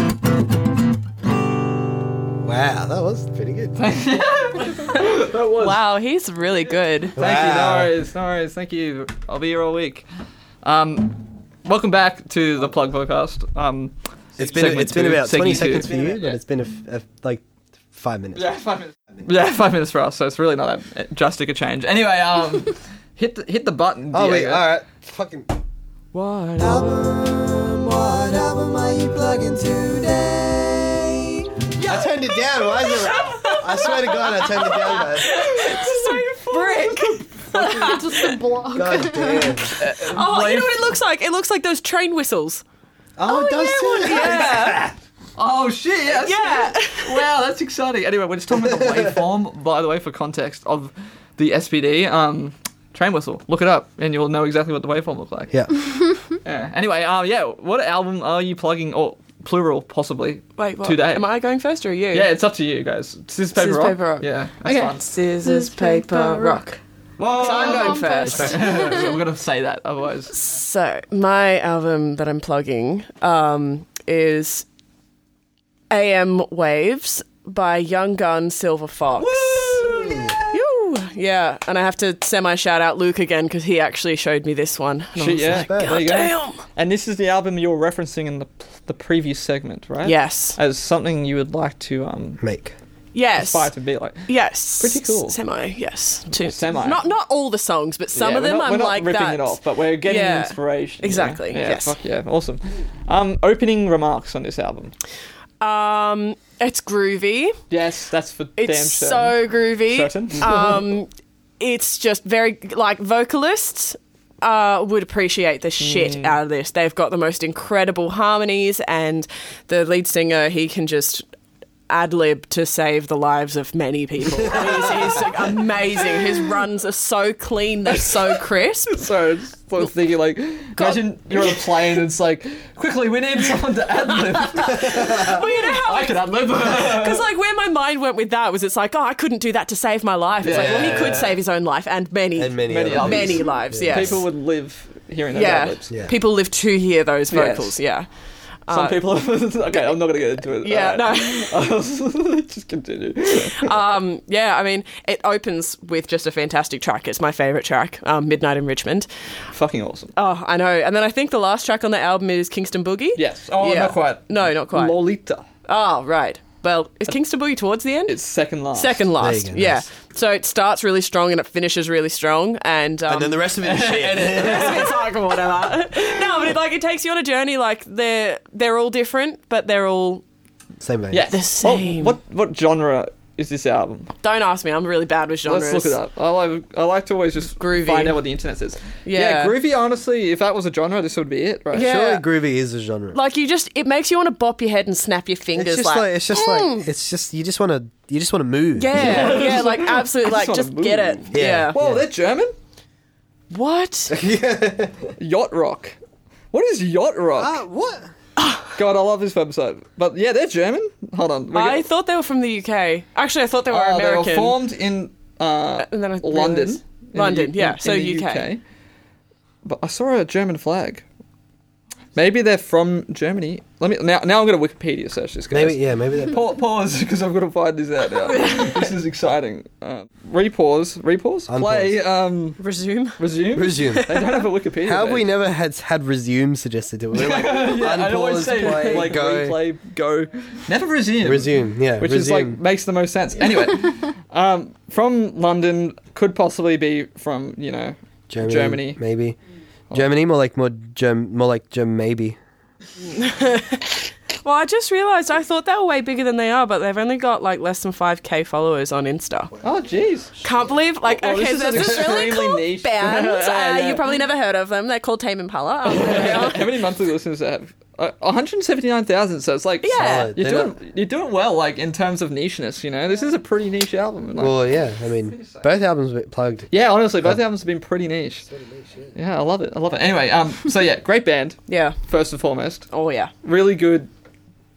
D: Wow, that was pretty good. Thank
E: that was.
F: Wow, he's really good.
E: Thank you. No worries. No worries. Thank you. I'll be here all week. Um, welcome back to the Plug Podcast. Um,
D: It's been
E: Segment
D: it's been
E: two,
D: about twenty
E: segment
D: seconds
E: two.
D: for you, but it's been a, f- a f- like five minutes.
E: yeah, five minutes. Yeah, five minutes for us. So it's really not that drastic a change. Anyway, um, hit the, hit the button.
D: Oh wait,
E: Diego.
D: all right. Fucking.
B: Album, what album are you plugging today?
D: I turned it down. Why is it? I swear to God, I turned it down. Guys.
F: Brick.
C: just a block.
D: God damn.
F: Oh, you know what it looks like? It looks like those train whistles.
D: Oh, it does too.
E: Oh shit! Yes.
F: Yeah.
E: wow, that's exciting. Anyway, we're just talking about the waveform, by the way, for context of the SPD um, train whistle. Look it up, and you'll know exactly what the waveform looked like.
D: Yeah.
E: Yeah. Anyway, um, yeah, what album are you plugging, or plural possibly,
F: Wait, what?
E: today?
F: Am I going first or are you?
E: yeah, it's up to you guys. Scissors, paper,
F: Scissors,
E: rock.
F: paper, rock.
E: Yeah.
C: Okay.
E: That's
F: Scissors, paper, rock.
E: Whoa.
F: So I'm going first.
E: We're gonna say that otherwise.
F: So my album that I'm plugging um, is AM Waves by Young Gun Silver Fox. Yoo. Yeah, and I have to semi shout out Luke again because he actually showed me this one. And I
E: Shit,
F: was
E: yeah.
F: like,
E: there you go.
F: Damn.
E: And this is the album you were referencing in the the previous segment, right?
F: Yes.
E: As something you would like to um
D: Make.
F: Yes.
E: aspire to be like.
F: Yes.
E: Pretty cool.
F: Semi, yes. Two.
E: Semi.
F: Not not all the songs, but some
E: Yeah,
F: of
E: we're
F: them
E: not-
F: I'm
E: we're not
F: like
E: ripping
F: that.
E: it off, but we're getting
F: Yeah.
E: inspiration. you know?
F: Exactly,
E: Yeah,
F: yes.
E: Fuck yeah. Awesome. Um, opening remarks on this album.
F: Um it's groovy.
E: Yes, that's for
F: It's
E: damn sure.
F: so groovy.
E: Certain.
F: Um it's just very like vocalists uh, would appreciate the shit out of this. They've got the most incredible harmonies and the lead singer he can just ad lib to save the lives of many people. he's, he's like, amazing. His runs are so clean, they're so crisp.
E: So it's sort of thinking like, imagine you're on a plane and it's like, quickly, we need someone to ad lib.
F: Well, you know how
E: I could ad lib.
F: Because like where my mind went with that was it's like oh I couldn't do that to save my life. It's like well he
D: Yeah.
F: could save his own life and many
D: And many,
E: Many
D: other
E: others.
D: things.
F: many lives. Yeah,
E: People would live hearing those ad
F: yeah.
E: libs.
D: Yeah.
F: people live to hear those
E: Yes.
F: vocals. Yeah,
E: Some people. okay, I'm not gonna get into it.
F: Uh, yeah,
E: no. Just continue.
F: um, yeah. I mean it opens with just a fantastic track. It's my favorite track, um, Midnight in Richmond.
E: Fucking awesome.
F: Oh, I know. And then I think the last track on the album is Kingston Boogie.
E: Yes. Oh,
F: Yeah.
E: not quite.
F: No, not quite.
E: Lolita.
F: Oh, right. Well, is Kingston Boogie towards the end?
E: It's second last.
F: Second last,
D: go,
F: yeah.
D: nice.
F: So it starts really strong and it finishes really strong, and um,
D: And then the rest of it is shit.
F: it's like whatever. No, but it, like it takes you on a journey. Like they're they're all different, but they're all.
D: Same vein.
E: Yes.
F: The
E: Well,
F: same.
E: what what genre is this album?
F: Don't ask me. I'm really bad with genres.
E: Let's look it up. I like I like to always just
F: Groovy.
E: find out what the internet says.
F: Yeah.
E: groovy. Honestly, if that was a genre, this would be it, right?
F: Yeah.
D: Surely groovy is a genre.
F: Like you just, it makes you want to bop your head and snap your
D: it's
F: fingers.
D: just like,
F: like,
D: it's just
E: Mm.
D: like it's just you just want to you just want to move.
F: yeah, yeah, like absolutely,
E: I
F: like
E: just
F: just
E: wanna
F: get it.
E: move.
F: Yeah.
D: Yeah.
E: Whoa, they're German.
F: What?
E: Yacht rock. What is yacht rock?
F: Oh.
D: Uh, what?
E: God, I love this website. But yeah, they're German. Hold on. We
F: I
E: got-
F: thought they were from the UK. Actually, I thought they were
E: Uh,
F: American.
E: They were formed in uh,
F: and then I
E: London.
F: realised-
E: in the
F: London,
E: U-
F: yeah,
E: in
F: so
E: the
F: UK.
E: But I saw a German flag. Maybe they're from Germany. Let me now. Now I'm gonna Wikipedia search this. Guys.
D: Maybe yeah, maybe that.
E: Pa- pause because I've got to find this out now. this is exciting. Uh, repause. Repause.
D: Unpause.
E: Play. Um,
F: Resume.
E: resume.
D: Resume.
E: they don't have a Wikipedia.
D: How have we
E: page.
D: never had had resume suggested to us? We're like
E: Yeah, I always
D: unpause,
E: say
D: play,
E: like
D: go,
E: replay, go. Never resume.
D: resume. Yeah,
E: which is like
D: resume.
E: makes the most sense. Anyway, um, from London could possibly be from you know
D: Germany,
E: Germany. Oh.
D: maybe. Germany, more like more Germ, more like Germ, maybe.
F: Well, I just realised I thought they were way bigger than they are, but they've only got like less than five k followers on Insta.
E: Oh jeez,
F: Can't believe, like,
E: Well,
F: okay,
E: Oh, this
F: so
E: is
F: there's
E: an
F: this really
E: extremely
F: cool
E: niche-
F: band.
E: Yeah,
F: Uh,
E: yeah.
F: You probably never heard of them. They're called Tame Impala. Um, they
E: how
F: are-
E: many monthly listeners do they have? Uh, 179,000. So it's like
F: Yeah.
D: Solid.
E: you're
D: They're
E: doing you're doing well. Like in terms of nicheness, you know, this is a pretty niche album. and, like-
D: Well, yeah. I mean, both albums were plugged.
E: yeah, honestly, both albums have been pretty niche. Yeah, I love it. I love it. Anyway, um, so yeah, great band
F: yeah.
E: first and foremost.
F: Oh yeah.
E: Really good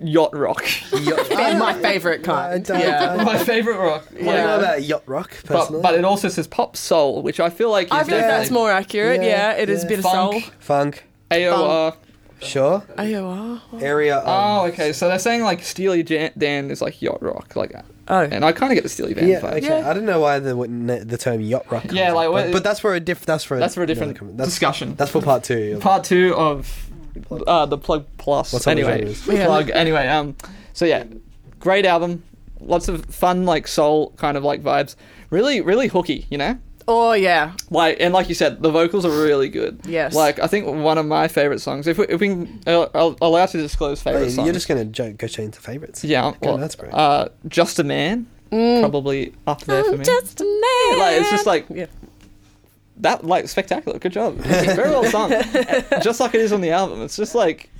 E: yacht rock.
F: They're my favourite
D: I
F: kind.
D: don't-
F: yeah.
E: My favorite rock.
D: I don't know
E: Like,
D: about yacht rock
E: but
D: personally.
E: but it also says pop soul, which I feel like is
F: I feel like that's
E: definitely-
F: more accurate. Yeah,
D: Yeah,
F: it is a
D: yeah.
F: bit of soul. Oh,
E: Funk.
D: funk,
E: AOR.
D: sure.
F: AOR.
D: Area. Um,
E: Oh, okay. So they're saying like Steely Jan- Dan is like yacht rock, like,
F: Oh.
E: and I kind of get the Steely Dan
D: yeah,
E: vibe.
D: okay. I don't know why the ne- the term yacht rock. Comes
E: Yeah, like,
D: up,
E: what-
D: but, but that's for a diff. That's for a,
E: That's for a
D: another
E: different
D: comment. that's,
E: discussion.
D: That's for part two.
E: Part two of uh, the plug plus.
D: What's up with
E: anyway,
D: genres?
F: Yeah.
E: plug. Anyway, um, so yeah, great album. Lots of fun, like soul kind of like vibes. Really, really hooky, you know.
F: Oh yeah.
E: Like and like you said, the vocals are really good.
F: Yes.
E: Like I think one of my favorite songs. If we, if we can, uh, I'll I'll allow to disclose favorite
D: Wait,
E: songs.
D: you're just gonna jo- go change the favorites.
E: yeah.
D: Okay,
E: Well,
D: that's great.
E: Uh, just a man. Probably up there for
F: I'm
E: me.
F: Mm. just a man.
E: Like it's just like
F: Yeah.
E: that, like spectacular. Good job. It's very well sung. just like it is on the album. It's just like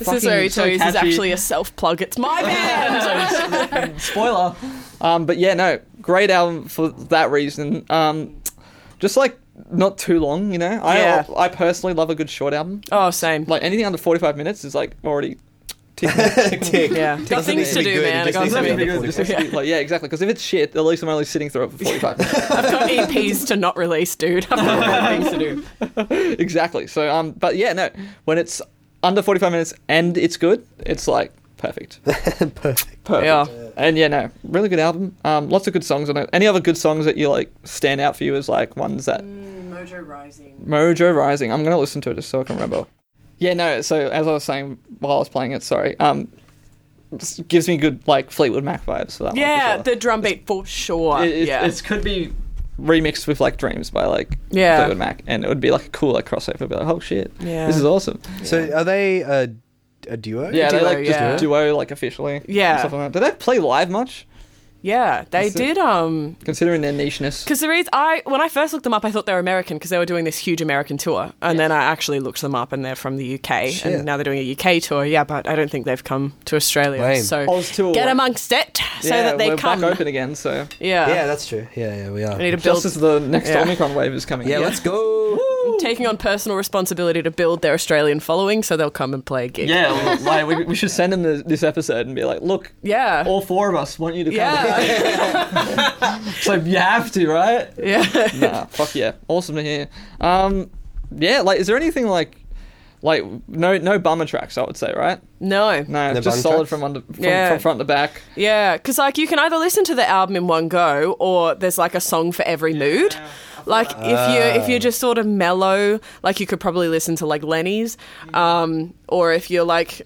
F: This is where he
E: so
F: tells you this is
E: catchy.
F: actually a self plug. It's my band.
E: spoiler. Um, but yeah, no, great album for that reason. Um, just like not too long, you know.
F: Yeah.
E: I I personally love a good short album.
F: oh, same.
E: Like anything under forty five minutes is like already. ticking- ticking.
F: yeah. Got
D: Doesn't
F: things to
D: need to be
F: do,
D: good, it
F: man. I
D: just
F: got
D: needs to be
F: something
D: under
F: to
D: good.
F: do.
E: Because it's just like, yeah, exactly. Because if it's shit, at least I'm only sitting through it for 45 minutes.
F: I've got EPs to not release, dude. I've got things to do.
E: exactly. So, um, but yeah, no, when it's under 45 minutes and it's good, it's like perfect.
D: Perfect.
E: Perfect.
F: Yeah.
E: And yeah, no, really good album. Um, lots of good songs on it. Any other good songs that you like stand out for you as like ones that
F: Mm. Mojo Rising.
E: Mojo Rising. I'm gonna listen to it just so I can remember. Yeah, no. So as I was saying while I was playing it, sorry. Um, s- gives me good like Fleetwood Mac vibes for that.
F: yeah,
E: one, Oh, for sure.
F: the drum beat for sure.
E: it, it,
F: yeah,
E: it could be remixed with like Dreams by like
F: Yeah.
E: Fleetwood Mac, and it would be like a cool like crossover. It'd be like, oh shit,
F: Yeah.
E: this is awesome.
D: So are they a, a duo?
E: Yeah, they
F: Duo,
E: like just
F: yeah.
E: duo like officially.
F: Yeah.
E: and stuff like that. Do they play live much?
F: yeah. They
E: It's a-
F: did. Um,
E: Considering their nicheness.
F: Because the reason I, when I first looked them up, I thought they were American because they were doing this huge American tour, and then I actually looked them up, and they're from the UK,
D: Shit.
F: and now they're doing a UK tour. Yeah, but I don't think they've come to Australia.
D: Lame.
F: So
E: Oz tour.
F: get amongst it so
E: Yeah,
F: that they
E: we're
F: come.
E: back open again. So
F: Yeah,
D: Yeah, that's true. Yeah, yeah, we are.
F: I need to
E: just
F: build.
E: as the next
F: Yeah.
E: Omicron wave is coming.
D: Yeah, let's go.
F: Taking on personal responsibility to build their Australian following, so they'll come and play a gig.
E: Yeah, well, like, we, we should send them this, this episode and be like, look,
F: Yeah.
E: all four of us want you to come.
F: yeah.
E: So you have to, right?
F: yeah.
E: nah, fuck yeah, awesome to hear. Um, yeah, like, is there anything like, like no no bummer tracks? I would say, right?
F: No.
E: No,
D: No
E: just
D: bum
E: solid
D: tracks?
E: from under from,
F: Yeah.
E: from front to back.
F: Yeah, because like you can either listen to the album in one go, or there's like a song for every mood. Like if you
D: Ah.
F: if you're just sort of mellow, like you could probably listen to like Lenny's, um, or if you're like,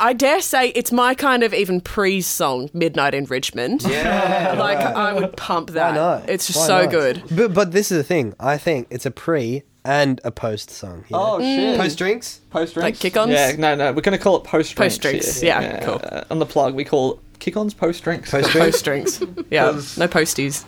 F: I dare say it's my kind of even pre song Midnight in Richmond.
D: Yeah.
F: like I would pump that.
D: Why not?
F: It's just
D: Why
F: so
D: not?
F: good.
D: But but this is the thing. I think it's a pre and a post song. you know?
E: Oh, shit,
D: post drinks.
E: post
F: Like kick-ons?
E: Yeah, no, no, we're gonna call it post drinks.
F: Post-drinks,
E: here.
F: yeah, cool.
E: uh, on the plug, we call kick ons post drinks.
D: Post drinks.
F: Post strings, yeah, no posties.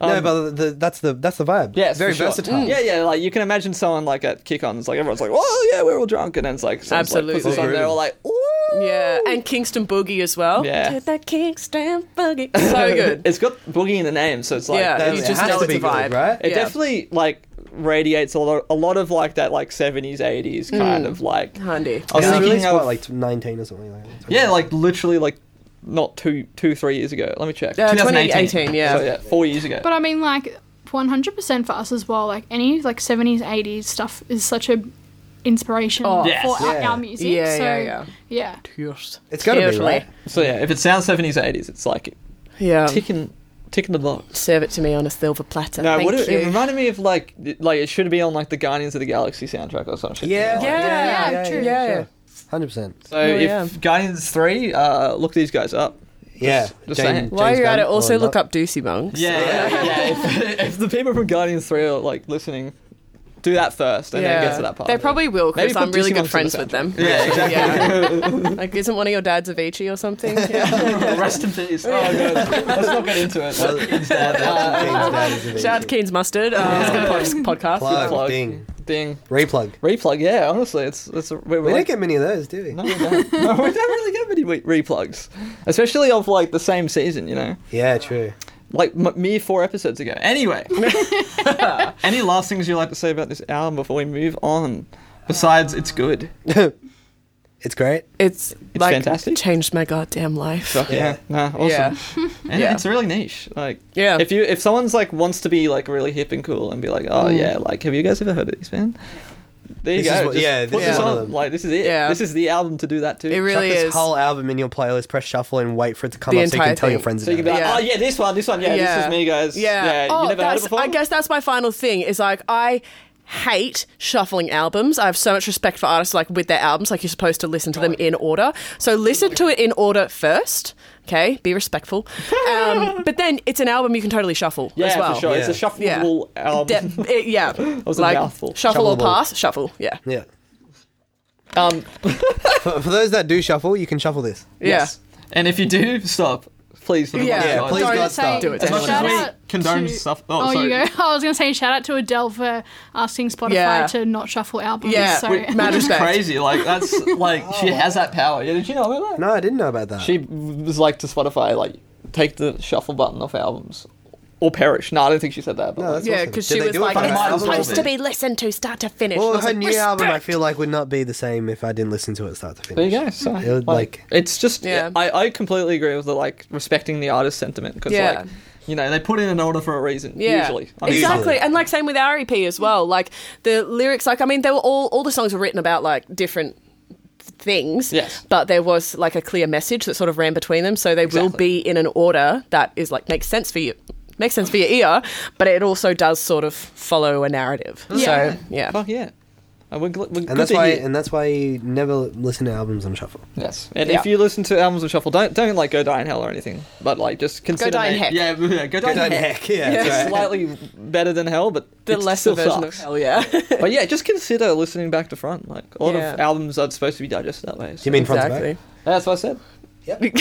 D: no, but the, that's the that's the vibe.
E: Um, Yeah,
D: it's very versatile.
E: Yeah, yeah. Like you can imagine someone like at kick-ons, like everyone's like, "Oh yeah, we're all drunk," and then it's like, someone's, like, puts
F: Absolutely.
E: this on, they're all like, "Ooh."
F: yeah, and Kingston Boogie as well.
E: Yeah.
F: Get that Kingston Boogie, so good.
E: It's got boogie in the name, so it's like
F: yeah,
D: that-
F: you
D: it
F: just
D: has
F: know
D: to
F: it's
D: be
F: a
D: good,
F: vibe,
D: right?
E: it
F: Yeah.
E: definitely like radiates a lot, a lot of like that like seventies, eighties
F: Mm.
E: kind of like. I
F: Handy.
E: was
D: It was
E: thinking
D: released
E: of
D: what, like 19 or something like that.
E: yeah, like literally like not two, two, three years ago. Let me check.
F: Uh, 2018, yeah.
E: So, yeah, four years ago.
C: But I mean, like, 100% for us as well. Like, any, like, 70s, 80s stuff is such a inspiration
F: Oh.
E: Yes.
C: for our-
D: Yeah.
C: our music.
F: Yeah,
C: so,
F: yeah, yeah.
C: yeah.
D: It's got to be
F: Beautifully.
D: right.
E: so yeah, if it sounds seventies, eighties, it's like
F: Yeah.
E: ticking, ticking the box.
F: Serve it to me on a silver platter.
E: No,
F: Thank
E: what it,
F: you.
E: it reminded me of like like it should be on like the Guardians of the Galaxy soundtrack or something.
D: Yeah,
F: Yeah,
C: yeah, true.
F: Yeah.
D: Hundred percent.
E: So
F: Oh,
E: if
F: yeah.
E: Guardians three, uh, look these guys up.
D: Yeah.
E: just
D: Jane-
E: saying.
F: While
D: James
F: you're at it,
D: Gunn
F: also
D: or
F: look
D: not.
F: up Doocy Monks.
E: Yeah, yeah. If, if the people from Guardians three are like listening, do that first and then get to that part.
F: They probably will
E: Maybe
F: because I'm
E: put
F: really
E: Doocy
F: good
E: Monks
F: friends
E: in the
F: with them.
E: Yeah, exactly.
F: Yeah. like, isn't one of your dads Avicii or something? Yeah.
E: Rest in peace. Oh god, let's not get into it.
D: James Gunn is a big
F: Shout out to Keen's Mustard. Um, it's a good pod- podcast.
D: Plug,
E: Plug.
D: ding,
E: Ding.
D: replug.
E: Replug. Yeah, honestly, it's it's a, we're
D: We
E: like-
D: don't get many of those, do we?
E: no, we don't. No, we don't really get many re- replugs, especially of like the same season. You know.
D: Yeah, true.
E: like m- mere four episodes ago. Anyway, any last things you'd like to say about this album before we move on? Besides, it's good.
D: It's great.
F: It's, like
E: fantastic.
F: changed my goddamn life.
E: Fuck yeah, nah, awesome.
F: Yeah.
E: And
F: Yeah.
E: it's really niche. Like,
F: Yeah.
E: if you if someone's like wants to be like really hip and cool and be like, oh yeah, like have you guys ever heard of this band? There you
D: This is
E: go.
D: what-
E: Just
D: yeah,
E: put
D: this
E: this
F: is one
E: on.
D: of them.
E: Like, this is it.
F: Yeah.
E: This is the album to do that too.
F: It really
D: Chuck this
F: is.
D: whole album in your playlist. Press shuffle and wait for it to come
F: The
D: up so you can
F: entire
D: tell your
F: thing.
D: friends.
E: so you can be
D: about
E: like,
F: Yeah.
E: oh yeah, this one, this one, yeah, this is me, guys.
F: Yeah.
E: yeah
F: oh,
E: you never heard
F: that's,
E: it before.
F: I guess that's my final thing is like, I hate shuffling albums. I have so much respect for artists like with their albums, like you're supposed to listen to them in order. So listen to it in order first. Okay, be respectful. Um, but then it's an album you can totally shuffle
E: yeah,
F: as well.
E: for sure.
D: Yeah.
E: It's a shuffleable album.
F: De- it- yeah,
E: was a
F: like
E: mouthful.
F: shuffle or
D: Shuffleable.
F: pass, shuffle. Yeah,
D: it. Yeah.
E: um,
D: For, for those that do shuffle, you can shuffle this.
F: yeah,
E: Yes. And if you do stop, please. for the
F: Yeah.
E: love of
F: Yeah,
E: God.
C: I
D: please God,
C: was gonna
D: stop.
C: say,
F: Do it.
E: As much as
C: Shout
E: we
C: out
E: condone
C: to-
E: stuff.
C: Oh,
E: Oh, sorry.
C: you go. I was going to say, shout out to Adele for asking Spotify
F: Yeah.
C: to not shuffle albums.
F: Yeah,
C: so.
F: we- Mad
E: Which is
F: respect.
E: crazy. Like that's like she has that power. Yeah, did you know about that?
D: No, I didn't know about that.
E: She was like to Spotify, like take the shuffle button off albums or perish. No, I don't think she said that. But
D: No,
E: like,
D: that's
F: Yeah,
D: awesome.
F: because
D: Did
F: she
D: they
F: was
D: do it
F: like,
D: for
E: her
F: "It's
E: album or
F: supposed to
E: something?"
F: be listened to start to finish." And I
D: Well,
F: was
D: her
F: like,
D: new album, I
F: "Respect."
D: feel like, would not be the same if I didn't listen to it start to
E: there
D: finish.
E: you go. So
D: It would, like-
E: it's just
F: Yeah.
E: yeah. I, I completely agree with the like respecting the artist sentiment because
F: Yeah.
E: like you know they put in an order for a reason.
F: Yeah,
E: Usually,
F: exactly. And like same with our EP
E: Mm.
F: as well. Like the lyrics, like I mean, they were all all the songs were written about like different things.
E: Yes.
F: but there was like a clear message that sort of ran between them. So they will
E: Exactly.
F: be in an order that is like makes sense for you. Makes sense for your ear, but it also does sort of follow a narrative.
C: Yeah.
F: So yeah,
E: Fuck yeah. Uh, we're gl- we're good
D: And that's
E: to
D: why,
E: hear.
D: and that's why you never listen to albums on shuffle.
E: yes. And
F: Yeah.
E: if you listen to albums on shuffle, don't don't like go die in hell or anything, but like just consider
F: Die in
E: na-
F: Heck.
E: Yeah, yeah, go die in heck.
D: yeah, that's
E: It's
D: right.
E: slightly better than hell, but
F: the
E: it
F: lesser
E: still
F: version
E: sucks.
F: of hell, yeah.
E: But yeah, just consider listening back to front. Like a lot
F: Yeah.
E: of albums are supposed to be digested that way. So.
D: You mean front to back?
F: exactly.
E: That's what I said.
F: you
E: I think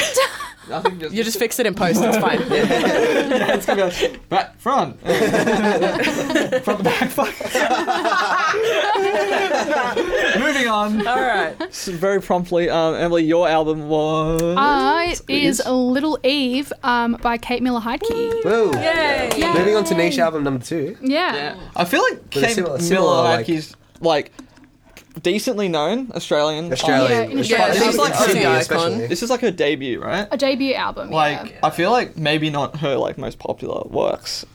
E: just,
F: just fix it in post. It's fine.
E: it's gonna be like, back front, front the back. Fuck. Moving on.
F: All right.
E: S- Very promptly, um, Emily, your album was.
C: Uh, it
E: It
C: is
E: is.
C: Little Eve um, by Kate Miller Heidke.
D: Whoa.
F: Yay.
C: Yay.
D: Moving on to niche album number two.
C: Yeah.
E: Yeah. I feel like
D: With a
E: Kate
D: similar-
E: Miller
D: similar, like-
E: is like decently known Australian.
D: Australian.
C: in
E: Yeah,
C: Australia.
E: this is like
D: Sydney
E: Sydney
F: icon.
D: especially.
E: This is like her debut, right?
C: A debut album.
E: Like
C: yeah.
E: I feel like maybe not her like most popular works,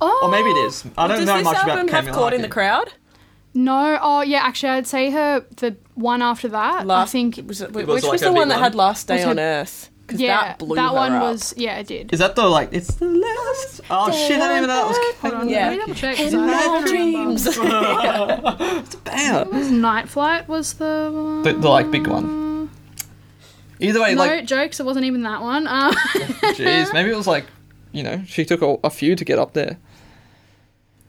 C: Oh,
E: or maybe it is. I don't
F: Does
E: know
F: this
E: much
F: album
E: about Kate
F: have
E: Miller
F: caught in the
E: Heidke.
F: crowd?
C: No, oh yeah, actually, I'd say her the one after that. I think
F: was it,
E: It
F: which
E: was
F: was,
E: like a
F: the
E: big
F: one that
E: one.
F: had Last Day
C: Was
F: on
C: it-
F: Earth? 'Cause
C: yeah,
F: that blew her
C: one
F: up.
C: was yeah, it did.
E: Is that the like? It's the last. Oh shit! I didn't even know that was. Kate Miller.
F: Yeah.
C: Let me double check, 'cause
F: In
C: I
F: my
C: don't remember.
F: dreams.
E: Bam.
C: Was Night Flight was the one?
E: The, the like big one. Either way,
C: no
E: like,
C: jokes. It wasn't even that one. Um,
E: jeez, maybe it was like, you know, she took a, a few to get up there.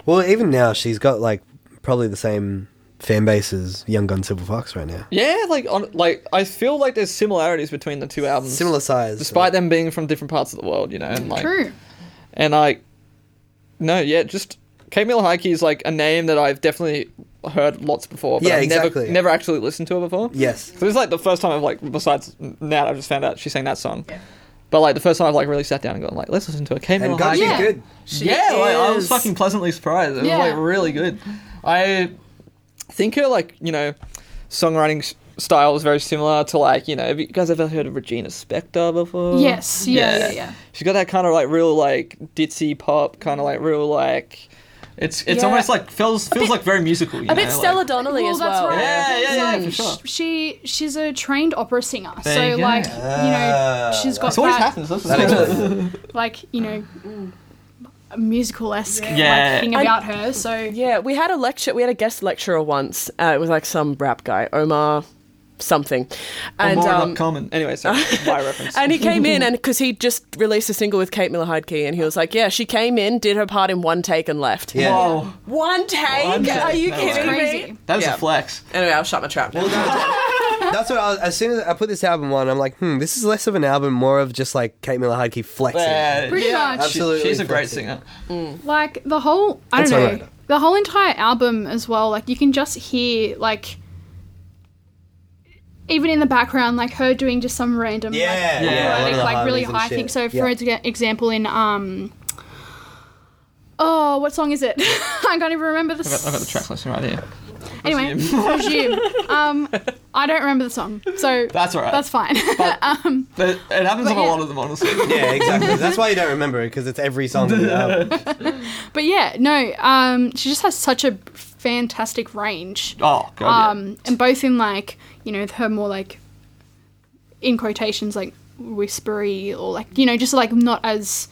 D: Well, even now she's got like probably the same fan base as Young Gun Silver Fox right now.
E: Yeah, like on like I feel like there's similarities between the two albums.
D: Similar size.
E: despite them being from different parts of the world, you know, and like
C: True.
E: and I no, yeah, just Kate Miller Heike is like a name that I've definitely heard lots before, but
D: Yeah,
E: I've
D: exactly.
E: never never actually listened to her before.
D: Yes.
E: So this is like the first time I've like besides that I just found out she sang that song. But like the first time I've like really sat down and gone like let's listen to a Kate Miller
D: And God,
E: Heike.
D: she's
C: Yeah.
D: good.
F: She
E: Yeah, like, I was
F: is.
E: fucking pleasantly surprised. It
C: Yeah.
E: was like really good. I think her like you know songwriting s- style is very similar to like you know have you guys ever heard of Regina Spektor before?
C: Yes. Yeah. Yeah. Yeah.
E: She's got that kind of like real like ditzy pop kind of like real like it's it's
F: Yeah.
E: almost like feels feels like very musical. You
F: A
E: know?
F: bit Stella
E: like,
F: Donnelly
C: Well,
F: as
C: that's
F: well.
C: right.
E: Yeah, yeah, yeah,
C: So
E: for sure.
C: She she's a trained opera singer,
E: There you
C: so
E: go.
C: like you know she's got
E: That's always
C: that
E: happens. That's
D: That explains it.
C: like you know musical esque
E: Yeah.
C: like, thing
F: Mm. I-
C: about her. So
F: Yeah, we had a lecture. We had a guest lecturer once. Uh, it was like some rap guy, Omar, something, and
E: more
F: um,
E: common. Anyway, so by reference.
F: and he came in and because he just released a single with Kate Miller Heidke, and he was like, "Yeah, she came in, did her part in one take, and left.
D: Yeah.
E: Whoa,
F: One take?
E: One take.
F: Are you
E: No
F: kidding
E: way.
C: crazy.
F: me?"
E: that was
F: Yeah.
E: a flex.
F: Anyway, I'll shut my trap now.
D: That's what I was, as soon as I put this album on, I'm like, hmm, this is less of an album, more of just like Kate Miller Heidke flexing.
C: pretty much
E: She-
D: Absolutely
E: she's a great
D: flexing.
E: singer.
C: like the whole I
D: That's
C: don't know
D: alright.
C: the whole entire album as well. Like you can just hear like even in the background, like her doing just some random like,
E: yeah,
D: Yeah,
C: melodic,
E: one of
D: the
C: like really
D: harmonies and
C: high
D: shit.
C: thing. So for
D: Yeah.
C: exa- example, in um. Oh, what song is it? I can't even remember the.
E: I've got, I've got the track listing right here.
C: anyway, resume. um, I don't remember the song, so
E: That's all right.
C: that's fine. um,
E: But it happens on a
C: yeah.
E: lot of them, honestly.
D: Yeah, exactly. That's why you don't remember it because it's every song in the album.
C: but yeah, no. Um, she just has such a fantastic range.
E: Oh god. yeah.
C: um, and both in like you know her more like in quotations like whispery or like you know just like not as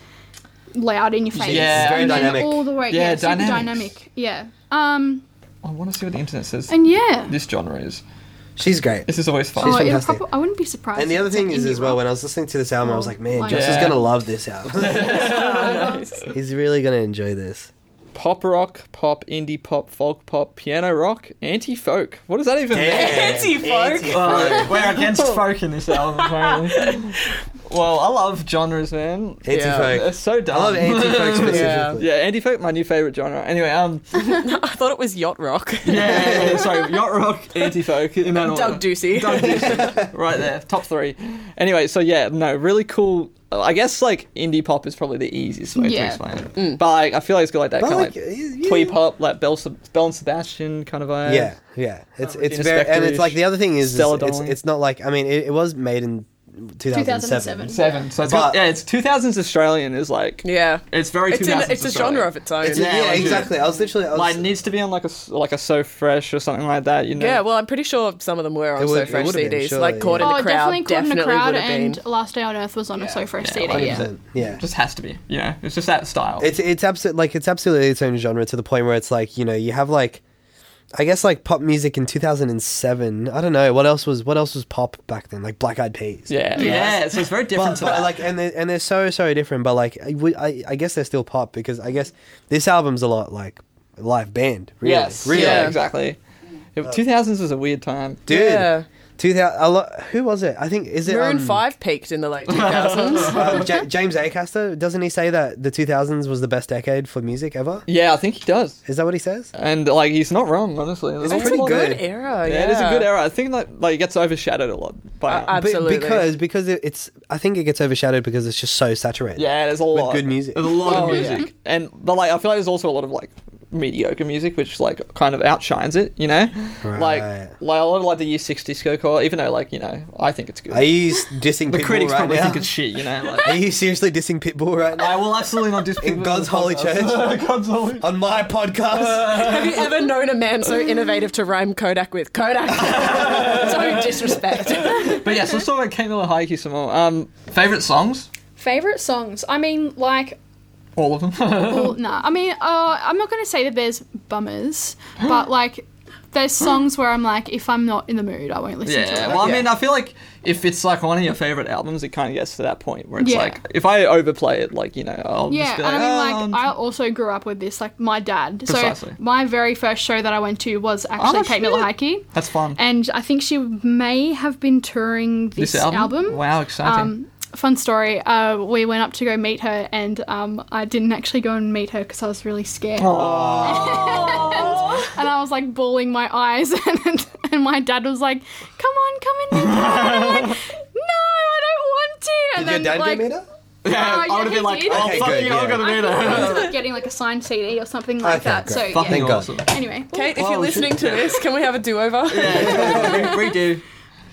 C: loud in your face
E: Yeah. Very
C: and then
D: dynamic.
C: all the way
E: Yeah,
C: yeah, super
E: dynamics.
C: dynamic yeah um
E: I want to see what the internet says.
C: and yeah
E: this genre is.
D: She's great.
E: This is always fun.
C: oh, it'll
D: fantastic.
C: prob- I wouldn't be surprised
D: And the
C: if
D: other
C: it's an
D: thing is,
C: indie
D: as well,
C: rock.
D: when I was listening to this album, I was like, man,
C: Like-
D: Josh is
E: Oh, Yeah.
D: going to love this album. He's really going to enjoy this.
E: pop rock, pop, indie pop, folk pop, piano rock, anti folk. What does that even
F: Anti-folk.
E: mean? We're against folk in this album, apparently. well, I love genres, man.
D: Anti-folk.
E: It's so
D: I
E: dumb.
D: love anti-folk specifically.
E: yeah, anti folk, my new favorite genre. Anyway, um, yeah,
F: I thought it was yacht rock.
E: yeah, yeah, sorry, yacht rock, anti folk, in that order.
F: Doug Ducey.
E: Doug Deuce, right there, top three. Anyway, so yeah, no, really cool. I guess like indie pop is probably the easiest way to
C: Yeah.
E: explain it,
F: Mm.
E: but like, I feel like it's got like that
D: But
E: kind of
D: like,
E: like,
D: yeah.
E: twee pop, like Bell, Seb- Bell and Sebastian kind of vibe.
D: Yeah, yeah. It's it's
E: Regina
D: very and it's
E: Spektor-ish.
D: like the other thing is, is
E: Stella
D: it's
E: Donnelly.
D: it's not like I mean it, it was made in 2007.
C: 2007.
E: seven. So it's
D: But-
E: got, yeah, it's two thousands Australian is like
F: yeah.
E: it's very
F: It's,
E: two
F: in,
E: thousands.
F: it's a genre of its own.
D: It's-
E: Yeah,
D: yeah,
E: like-
D: exactly. I was literally I was,
E: Like needs to be on like a s- like a so fresh or something like that. You know.
F: yeah, well, I'm pretty sure some of them were on
D: It would-
F: So
D: it
F: Fresh
D: would've been,
F: CDs,
D: surely,
F: like Caught in
C: oh
F: the Crowd.
C: definitely caught in a crowd
F: would've been.
C: and last day on earth was on a so fresh cd
E: like you
C: yeah
E: said.
D: yeah.
E: just has to be. You know, it's just that style.
D: It's it's absolutely like it's absolutely its own genre to the point where it's like you know you have like I guess like pop music in 2007. I don't know what else was what else was pop back then, like Black Eyed Peas.
E: Yeah.
B: Yeah, so it's very different
D: But,
B: to
D: but
B: that.
D: like, and they and they're so so different. But like, I, would- I, I guess they're still pop because I guess this album's a lot like live band. Really.
E: Yes.
D: Really.
E: Yeah, exactly. Two thousands was a weird time.
D: Dude.
F: Yeah.
D: 2000. A lot, who was it? I think is it
F: Maroon
D: um,
F: Five peaked in the late 2000s.
D: uh, Ja- James Acaster. Doesn't he say that the 2000s was the best decade for music ever?
E: Yeah, I think he does,
D: Is that what he says?
E: and like he's not wrong, honestly. There's a
D: pretty
E: lot-
D: good.
F: era.
E: Yeah, it is a good era. I think like like it gets overshadowed a lot by.
F: I-
D: Be-
F: Absolutely.
D: because because it, it's I think it gets overshadowed because it's just so saturated. Oh,
E: yeah, there's a
D: With
E: lot
D: good music.
B: There's a lot
E: of
B: of
E: music, and but like I feel like there's also a lot of like mediocre music which like kind of outshines it. You know, like
D: Right.
E: like a lot of like the year six disco core, even though like you know I think it's good.
D: Are you s- dissing
B: The
D: Pitbull
B: critics
D: right
B: probably
D: now?
B: think it's shit, you know? Like,
D: Are you seriously dissing Pitbull right now?
B: I will absolutely not dispute
D: In God's holy church
B: God's holy.
D: on my podcast.
F: Have you ever known a man so innovative to rhyme Kodak with Kodak? so disrespect.
E: But yeah, so let's talk about Camila Hayek some more. Um, favorite songs,
C: Favorite songs? I mean, like,
E: all of them.
C: well, nah. I mean, uh, I'm not gonna say that there's bummers, but like, there's songs where I'm like, if I'm not in the mood, I won't listen
E: Yeah,
C: to it.
E: well, I mean, I feel like if it's like one of your favorite albums, it kind of gets to that point where it's
C: Yeah.
E: like, if I overplay it, like you know, I'll
C: Yeah,
E: just be
C: and
E: like,
C: I mean,
E: oh,
C: like, I also grew up with this, like, my dad.
E: Precisely.
C: So, my very first show that I went to was actually
E: Oh,
C: Kate
E: shit.
C: Miller Heike.
E: that's fun.
C: And I think she may have been touring this,
E: Wow, exciting.
C: Um, fun story. Uh, we went up to go meet her, and um, I didn't actually go and meet her because I was really scared. and I was like bawling my eyes, and, and my dad was like, "Come on, come and meet her." And I'm like, "No, I don't want to." And
D: Did your dad
C: like,
D: get meter?
C: Yeah, I would've been like, oh,
D: fuck you, I'll go to
C: I think he was, like, getting like a signed CD or something like
D: Okay,
C: that.
D: great.
C: So yeah.
E: Fucking
D: Thank God.
E: awesome.
C: Anyway,
F: Kate, if you're listening to this, can we have a do-over?
E: Redo.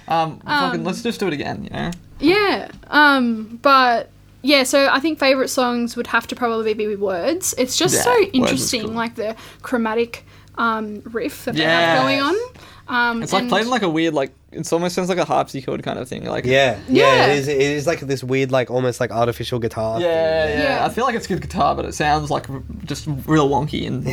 E: Um, fucking, let's just do it again. You know,
C: Yeah. Um, but yeah, so I think favorite songs would have to probably be with words. It's just
E: Yeah,
C: so
E: Words is
C: interesting,
E: cool.
C: like the chromatic um, riff that
E: Yes.
C: they have going on. Um,
E: it's like
C: and-
E: playing like a weird, like it almost sounds like a harpsichord kind of thing. Like
D: Yeah, yeah.
C: Yeah.
D: It is. It is like this weird, like almost like artificial guitar. thing.
E: Yeah, yeah,
C: Yeah.
E: I feel like it's good guitar, but it sounds like r- just real wonky and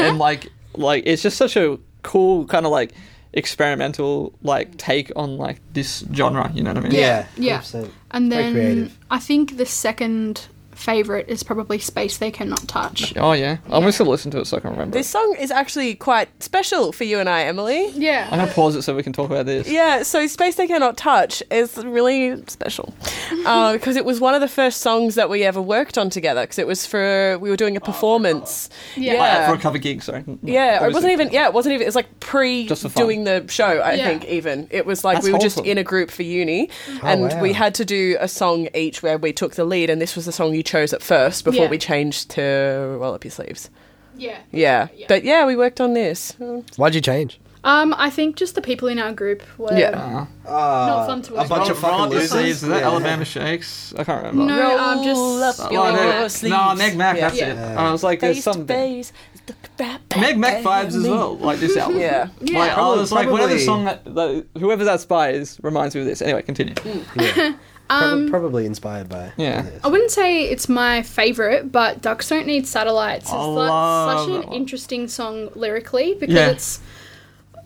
E: and like like it's just such a cool kind of like experimental like take on like this genre. You know what I mean?
D: Yeah.
C: Yeah.
D: 100%.
C: And
D: Very
C: then
D: creative.
C: I think the second favorite is probably Space They Cannot Touch.
E: Oh yeah. I'm gonna still listen to it so I can remember.
F: This song is actually quite special for you and I, Emily.
E: I'm
C: Yeah.
E: gonna pause it so we can talk about this.
F: Yeah, so Space They Cannot Touch is really special because it was one of the first songs that we ever worked on together because it was for, we were doing a performance.
C: Yeah.
E: Oh, yeah, for a cover gig, sorry.
F: Yeah, it wasn't
E: Obviously.
F: even. Yeah, it wasn't even. It's like pre
E: Just for fun.
F: doing the show. I
C: Yeah.
F: think even it was like
E: That's
F: we were just
E: awesome. Oh,
F: in a group for uni, and
D: wow.
F: we had to do a song each where we took the lead, and this was the song you chose at first before
C: Yeah.
F: we changed to roll up your sleeves.
C: Yeah.
F: Yeah, but yeah, we worked on this. Mm.
D: Why'd you change?
C: Um, I think just the people in our group were
F: Yeah.
C: not fun to work
D: Ah, bunch
C: with.
D: of fucking
E: Your
D: losers.
E: Sleeves, is that
D: Yeah.
E: Alabama Shakes? I can't remember.
C: No, um, just
F: up
E: Oh,
F: your
E: no,
C: Mac.
F: sleeves.
E: no, Meg Mac, that's
C: Yeah.
E: it. I was like, there's
F: Face to
E: something.
F: face, look right back
E: Meg Mac
F: at
E: vibes as
F: me.
E: well, like this album.
F: Yeah.
C: Yeah.
E: Like, I was like, whatever
D: Probably-
E: song that, that whoever that spy is reminds me of this. Anyway, continue.
D: Prob-
C: Um,
D: probably inspired by.
E: Yeah.
D: this.
C: I wouldn't say it's my favorite, but Ducks Don't Need Satellites is
E: I
C: like
E: love
C: such an
E: that one.
C: interesting song lyrically because
E: Yeah.
C: it's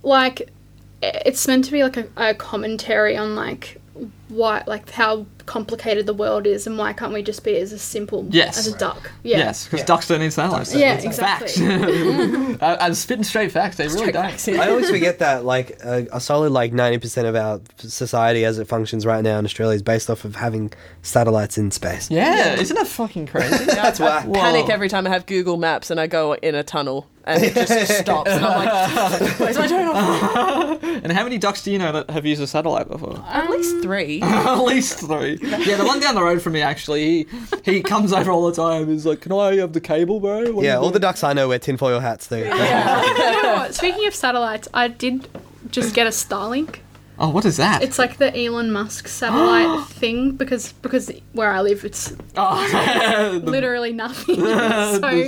C: like it's meant to be like a, a commentary on like why like how complicated the world is and why can't we just be as a simple
E: Yes.
C: as a
E: Right.
C: duck? Yeah.
E: Yes, because ducks don't need satellites.
C: Yeah,
E: It's
C: exactly.
E: Facts. I, I'm spitting straight facts. They really don't.
D: I always forget that like a, a solid like ninety percent of our society as it functions right now in Australia is based off of having satellites in space.
E: Yeah, isn't that fucking crazy? That's
D: whack.
E: Whoa.
F: Panic every time I have Google Maps and I go in a tunnel and it just stops. And I'm like, where's my tunnel?
E: And how many ducks do you know that have used a satellite before?
C: Um,
F: At least three.
E: At least three. Yeah, the one down the road from me actually. He he comes over all the time. He's like, "Can I have the cable, bro?" What
D: Yeah,
E: do you
D: all the
E: do?"
D: ducks I know wear tinfoil hats though.
C: You know what? Speaking of satellites, I did just get a Starlink.
E: Oh, what is that?
C: It's like the Elon Musk satellite thing because because where I live it's
E: Oh,
C: literally nothing. so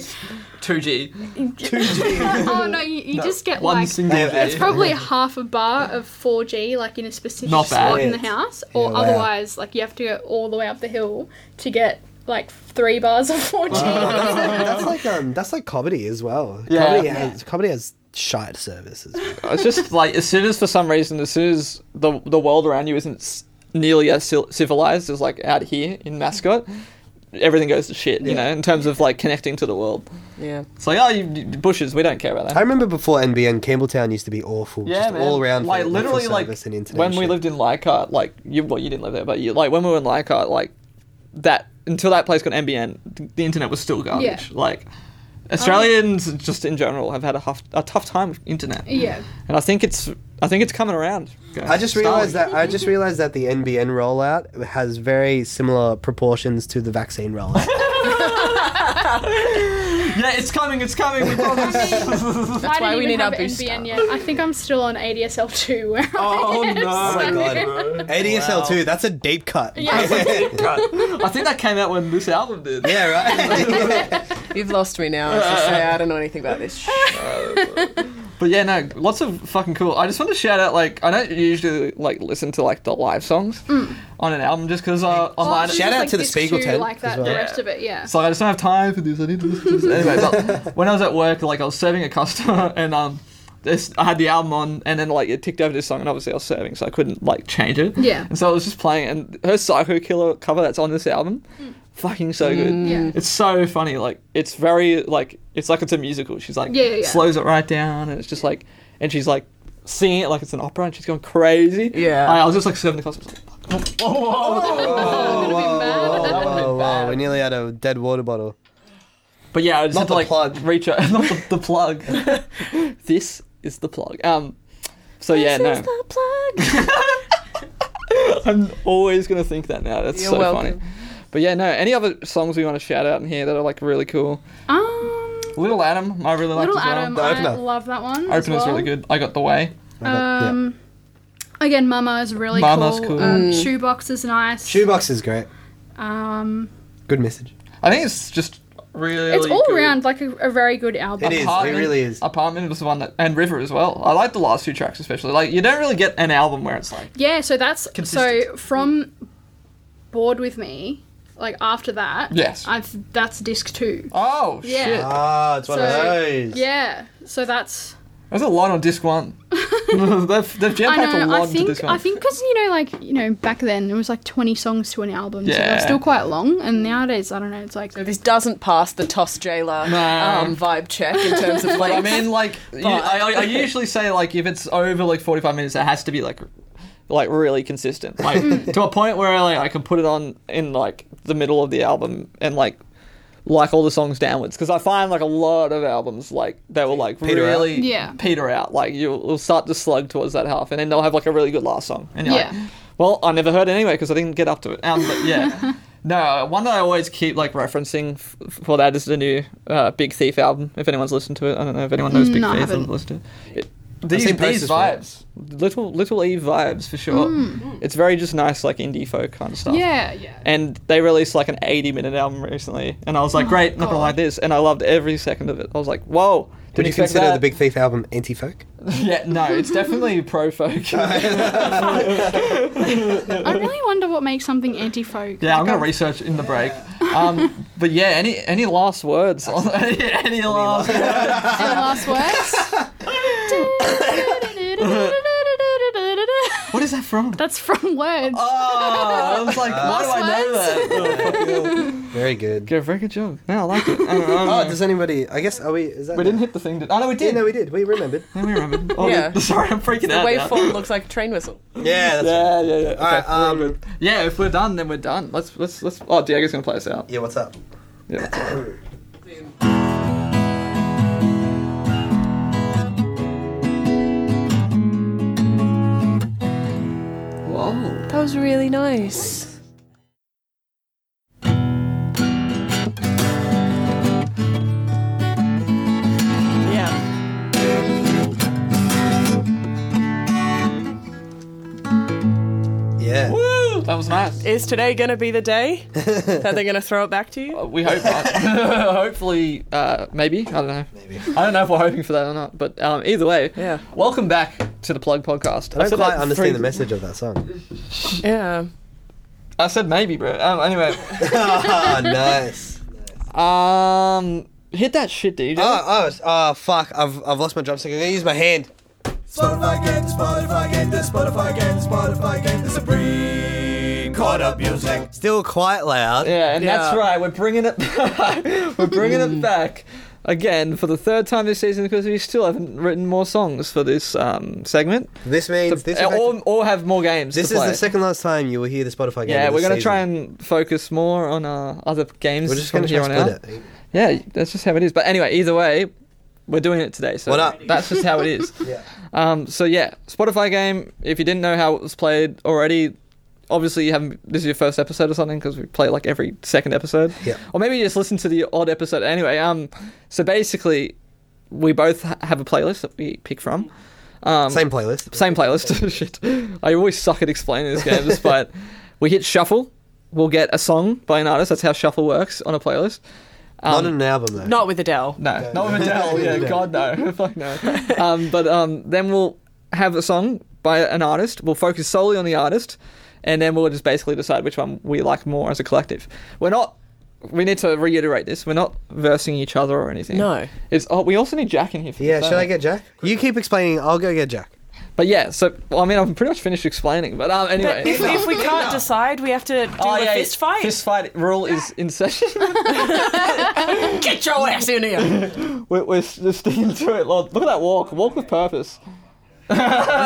E: two G.
C: oh no, you, you just get
E: One
C: like
E: single
D: Yeah,
E: G.
D: that's
C: It's probably half a bar of 4G, like in a specific
E: Not bad.
C: spot in the house, or
D: Yeah, wow.
C: otherwise, like you have to go all the way up the hill to get like three bars of 4G.
D: that's like um, that's like comedy as well.
E: Yeah.
D: Comedy has comedy has shite services.
E: It's just like as soon as for some reason, as soon as the the world around you isn't s- nearly as cil- civilized as like out here in Mascot, everything goes to shit. You know, in terms of like connecting to the world.
F: Yeah.
E: It's like oh, you, you bushes, we don't care about that.
D: I remember before NBN, Campbelltown used to be awful. just all around.
E: Like
D: for,
E: literally,
D: for
E: like
D: service and internet
E: when
D: and
E: we
D: shit.
E: lived in Leichhardt, like you, well, you didn't live there, but you, like when we were in Leichhardt, like that until that place got NBN, th- the internet was still garbage.
C: Yeah.
E: Like Australians, just in general, have had a, huff, a tough time with internet.
C: Yeah.
E: and I think it's I think it's coming around. guys.
D: I just realized that I just realized that the NBN rollout has very similar proportions to the vaccine rollout.
E: yeah, it's coming, it's coming. We promise.
C: That's
F: why we need our booster.
C: NBN yet. I think I'm still on ADSL two. Where
E: oh no!
D: oh my god, ADSL two. That's a deep cut. Yeah,
E: I think that came out when this album did.
D: right.
F: You've lost me now. I should say I don't know anything about this.
E: But yeah, no, lots of fucking cool. I just want to shout out, like, I don't usually like listen to like the live songs on an album just because uh, online.
D: Shout out to the Spiegel tent
C: Like that,
D: as well.
C: the rest of it, yeah.
E: So I just don't have time for this. I need to listen to this anyway. But when I was at work, like I was serving a customer, and um, this I had the album on, and then like it ticked over this song, and obviously I was serving, so I couldn't like change it.
C: Yeah.
E: And so I was just playing, and her Psycho Killer cover that's on this album, fucking so good.
C: Mm. Yeah.
E: It's so funny. Like it's very like it's like it's a musical. She's like
C: Yeah, yeah, yeah.
E: slows it right down, and it's just like, and she's like singing it like it's an opera, and she's going crazy.
F: Yeah.
E: I, I was just like serving the customer. I was
C: I'm
E: like,
C: gonna be mad.
D: Oh wow, we nearly had a dead water bottle.
E: But yeah, I just had to
D: Not the
E: like
D: plug.
E: reach out. Not the, the plug. this is the plug. Um. So yeah, no. I'm always gonna think that now. That's
F: You're
E: so
F: welcome.
E: funny. But yeah, no. Any other songs we want to shout out in here that are like really cool?
C: Um,
E: Little Adam, I really like as
C: Little
E: well.
C: Adam,
D: The
C: I
D: opener.
C: love that one. as
E: Opener's
C: well.
E: really good. I got the way.
C: Um, again, Mama is really
E: Mama's
C: cool.
E: cool.
C: Um,
D: Mm.
C: Shoebox is nice.
D: Shoebox is great.
C: um,
D: Good message.
E: I think it's just really.
C: it's all
E: good.
C: around like a, a very good album.
D: It is. It
E: Apartment-
D: really is.
E: Apartment was the one that, and River as well. I like the last two tracks especially. Like you don't really get an album where it's like
C: Yeah, so that's so
E: Consistent.
C: from Bored with Me, like after that.
E: Yes.
C: I've, that's disc two.
E: oh
C: Yeah.
E: shit.
D: Ah, it's one of
C: So-
D: those.
C: Yeah, so that's
E: There's a lot on disc one. they've they've jam packed
C: I
E: a
C: know. I
E: lot into
C: think
E: disc one.
C: I think because you know, like you know, back then it was like twenty songs to an album, so
E: Yeah.
C: they're still quite long. And nowadays, I don't know, it's like
F: This doesn't pass the toss jailer
E: Nah.
F: um, vibe check in terms of like.
E: I mean, like, you, I, I, I usually say, like, if it's over like forty-five minutes, it has to be like, like really consistent,
D: Hmm.
E: like to a point where like I can put it on in like the middle of the album and like like all the songs downwards because I find like a lot of albums like they will like
D: Peter out.
E: really
C: Yeah.
E: peter out. Like you'll you'll start to slug towards that half, and then they'll have like a really good last song, and you're like,
C: Yeah.
E: well, I never heard it anyway because I didn't get up to it. Um, but yeah. No, one that I always keep like referencing f- for that is the new uh, Big Thief album. If anyone's listened to it, I don't know if anyone knows Big
C: No, I
E: Thief.
C: haven't.
E: I've listened to it. It- Mm, these
D: seen
E: these
D: posters for it.
E: vibes, Mm. little little E vibes for sure. It's very just nice like indie folk kind of stuff.
C: yeah, yeah.
E: And they released like an 80 minute album recently, and I was like, great, not gonna like this, and I loved every second of it. I was like, whoa.
D: Would
E: didn't
D: you
E: expect
D: consider
E: that.
D: the Big Thief album anti-folk?
E: Yeah, no, it's definitely pro folk.
C: I really wonder what makes something anti-folk.
E: Yeah, I'm
C: Like,
E: gonna
C: I-
E: research in the break. Um, but yeah, any any last words? on- any, any last?
C: Any last words?
E: What is that from?
C: That's from Words.
F: Uh,
E: Oh, I was like, why do I know that?
D: Very good.
E: Yeah, very good joke. No, I like it. I don't know, I
D: Oh,
E: don't know.
D: does anybody? I guess are we? Is that?
E: we didn't hit the thing. Did, oh no, we
D: Yeah,
E: did.
D: no, we did. We remembered.
E: Yeah, we remembered. Oh,
F: Yeah.
E: yeah. Sorry, I'm freaking
F: the
E: out. now.
F: waveform looks like a train whistle.
D: yeah. That's
E: Yeah, yeah, yeah.
D: All right.
E: Okay.
D: Um,
E: yeah, if we're done, then we're done. Let's let's let's. Oh, Diego's gonna play us out.
D: yeah. What's up?
E: Yeah. Whoa.
F: That was really nice. Yeah.
D: Yeah.
E: Woo! That was nice.
F: Is today going to be the day that they're going to throw it back to you?
E: Uh, We hope not. Hopefully, uh, maybe. I don't know. Maybe. I don't know if we're hoping for that or not. But um, either way,
F: Yeah.
E: welcome back to the Plug Podcast.
D: I don't
E: said
D: quite
E: that
D: understand
E: three-
D: the message of that song.
F: Yeah.
D: Oh,
E: I said maybe, bro. Um, anyway,
D: Ah, nice.
E: um, Hit that shit, DJ.
D: Oh, oh, it's- oh, fuck! I've, I've lost my drumstick. I'm gonna use my hand.
B: Spotify again, Spotify again, this Spotify again, Spotify again, this Supreme Court of Music.
D: Still quite loud.
E: Yeah, and that's
F: Yeah.
E: right. We're bringing it back. we're bringing
D: Hmm.
E: it back again for the third time this season because we still haven't written more songs for this um, segment.
D: This means this. is back-
E: or, or have more games.
D: this
E: to
D: is
E: play.
D: the second last time you will hear the Spotify game.
E: Yeah,
D: of
E: we're
D: this
E: gonna try
D: season.
E: and focus more on uh, other games.
D: We're just
E: from
D: gonna try
E: here
D: and
E: on
D: split
E: out.
D: it.
E: Yeah, that's just how it is. But anyway, either way, we're doing it today. So
D: What up?
E: that's just how it is.
D: Yeah.
E: Um, so yeah, Spotify game. If you didn't know how it was played already, obviously you haven't. This is your first episode or something because we play like every second episode.
D: Yeah.
E: Or maybe you just listen to the odd episode anyway. Um, so basically, we both ha- have a playlist that we pick from. Um,
D: Same playlist.
E: same playlist. Shit. I always suck at explaining this game, despite we hit shuffle. We'll get a song by an artist. That's how shuffle works on a playlist.
D: Not
E: um,
D: an album though.
F: Not with Adele.
E: No, not with Adele. Yeah, God no, fuck no. Um, but um, then we'll have a song by an artist. We'll focus solely on the artist, and then we'll just basically decide which one we like more as a collective. We're not. We need to reiterate this. We're not versing each other or anything.
F: No.
E: It's. Oh, we also need Jack in here. For
D: Yeah.
E: this,
D: Should I
E: don't we?
D: get Jack? You keep explaining. I'll go get Jack.
E: But yeah. So well, I mean, I've pretty much finished explaining. But um, anyway.
F: But if, we- if we can't decide, we have to do a fist fight.
E: Oh, Fist fight rule is in session.
F: Get your ass in here.
E: we're, we're just sticking to it. Lord. Look at that walk. Walk with purpose.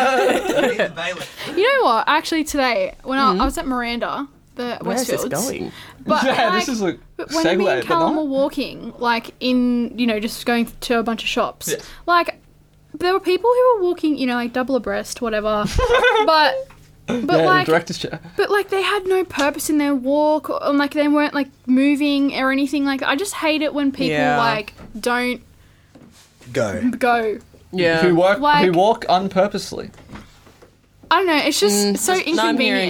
C: You know what? Actually, today when I, I was at Miranda, the
F: Where's Hmm? this
C: Westfields,
F: going?
C: but
E: Yeah,
C: like,
E: this is a
C: but when
E: segue.
C: me and
E: but not-
C: Callum were walking, like in you know, just going to a bunch of shops,
E: Yeah.
C: like there were people who were walking, you know, like double abreast, whatever, but. But
E: yeah,
C: like,
E: the director's chair.
C: but like, they had no purpose in their walk, or, and like they weren't like moving or anything. Like, I just hate it when people
F: Yeah.
C: like don't
D: Go.
C: go.
E: Who
F: Yeah.
E: walk?
C: Like-
E: who walk unpurposely?
C: I don't know. It's just so
F: no, I'm hearing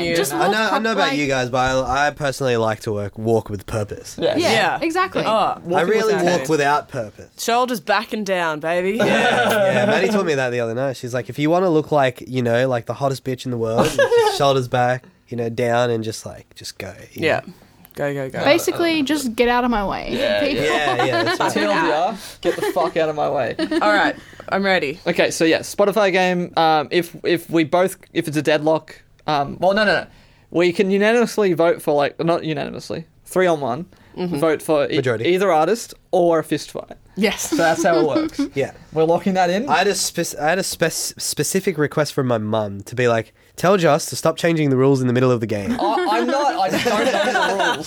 C: inconvenient.
F: you.
C: Just
D: Mm. I
C: walk
D: know. I
C: prop-
D: know about
C: like-
D: you guys, but I, I personally like to work walk with purpose.
C: Yeah,
F: Yeah.
C: exactly.
F: Oh,
D: I really
F: without
D: walk
F: it.
D: without purpose.
F: shoulders back and down, baby. Yeah.
D: Yeah, Maddie told me that the other night. She's like, if you want to look like, you know, like the hottest bitch in the world, just shoulders back, you know, down and just like, just go. you know?
F: Go, go, go.
C: Basically, just get out of my way.
E: Yeah,
C: people.
D: Yeah, yeah. That's right.
E: TLDR, get the fuck out of my way.
F: All right. I'm ready.
E: Okay, so yeah, Spotify game. Um, if if we both, if it's a deadlock, um, well, no, no, no, we can unanimously vote for like not unanimously, three on one,
C: Mm-hmm.
E: vote for e-
D: Majority.
E: either artist or a fist fight.
F: Yes.
E: So that's how it works.
D: Yeah.
E: We're locking that in.
D: I had a, spec- I had a spec- specific request from my mum to be like, tell Joss to stop changing the rules in the middle of the game.
E: I, am not. I just don't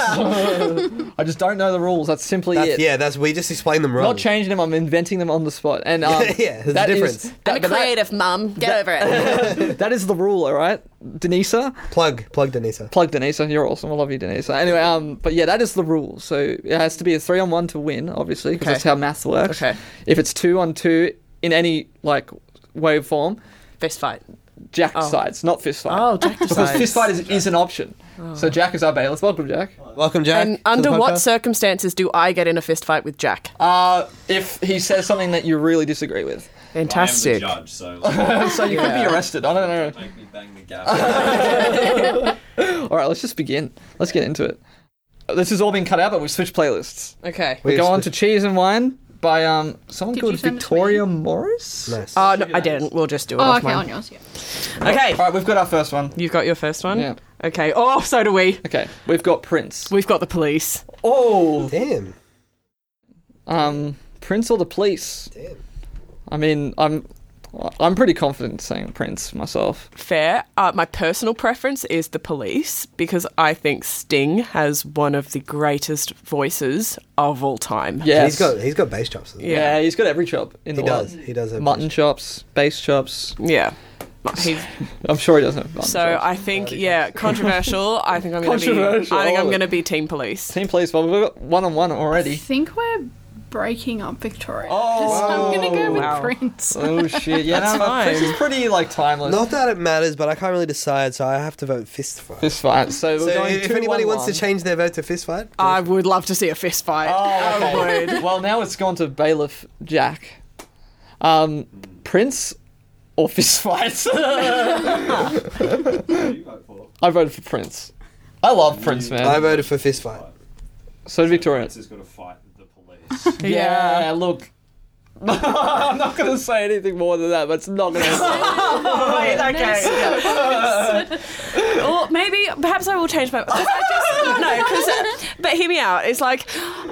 E: know the rules. I just don't know the rules. That's simply
D: That's,
E: it.
D: yeah, that's, we just explained them wrong.
E: Not changing them. I'm inventing them on the spot. And um,
D: Yeah, there's a
E: that is-
D: difference.
E: that- but that-
F: mum. Get over it.
E: that is the rule, all right? Denisa,
D: Plug, plug Denisa.
E: plug Denisa. You're awesome. I love you, Denisa. Anyway, um, but yeah, that is the rule. So it has to be a three on one to win, obviously, because
F: Okay.
E: that's how math works.
F: Okay.
E: If it's two on two in any like wave form,
F: Fist fight.
E: Jack
F: Oh.
E: decides, not fist fight.
F: Oh, Jack
E: Because
F: decides. Oh.
E: fist fight is, is an option. So Jack is our bailiff. Welcome, Jack.
D: Welcome, Jack.
F: And
D: to the
F: under what
D: podcast.
F: circumstances do I get in a fist fight with Jack?
E: Uh, if he says something that you really disagree with,
F: Fantastic.
B: I am the judge, so like,
E: so you could be arrested. I don't know.
B: make me bang the gavel.
E: All right, let's just begin. Let's get into it. This has all been cut out, but we've switched playlists.
F: Okay.
E: We
D: We've
E: go on to
D: switched-
E: Cheese and Wine by um someone
C: Did you
E: called
C: send it to
E: Victoria Morris.
D: Nice. Uh,
F: Oh, no, I didn't. We'll just do it
C: Oh,
F: off
C: okay, on
F: mine.
C: yours. Yeah.
F: Okay.
E: All right, we've got our first one.
F: You've got your first one?
E: Yeah.
F: Okay. Oh, so do we.
E: Okay, we've got Prince.
F: We've got the police.
E: Oh,
D: Damn.
E: um, Prince or the Police?
D: Damn.
E: I mean, I'm, I'm pretty confident saying Prince myself.
F: Fair. Uh, my personal preference is the police because I think Sting has one of the greatest voices of all time.
E: Yeah,
D: He's got, he's got bass chops. doesn't he?
E: Yeah. he's got every chop in
D: He
E: the world.
D: does. He does have
E: Mutton chops, bass chops.
F: Yeah. He's,
E: I'm sure he doesn't have mutton
F: so
E: chops.
F: I think, yeah, controversial. I think I'm gonna be. I
E: Controversial,
F: think
E: all
F: I'm
E: of it.
F: gonna be team police.
E: Team Police, well, we've got one on one
C: I
E: already.
C: think we're breaking up Victoria.
E: Oh,
C: I'm gonna go with
F: wow.
C: Prince.
E: Oh shit! Yeah,
F: That's
E: no, but Prince
F: fine.
E: is pretty like timeless.
D: Not that it matters, but I can't really decide, so I have to vote fist fight.
E: This fight. So, we're
D: So
E: going
D: if
E: two,
D: anybody
E: one,
D: wants
E: one. Uh,
D: to change their vote to fist fight,
F: I would love to see a fist fight.
E: Oh,
F: I
E: okay.
F: would.
E: well, now it's gone to bailiff Jack. Um, Prince or fist fights? I voted for Prince. I love Prince, man.
D: I voted for fist fight.
E: so did Victoria.
B: got to fight the police.
E: Yeah, look. I'm not gonna say anything more than that, but it's not gonna.
F: okay. or maybe perhaps I will change my. 'cause I just, no, 'cause, uh, but hear me out. It's like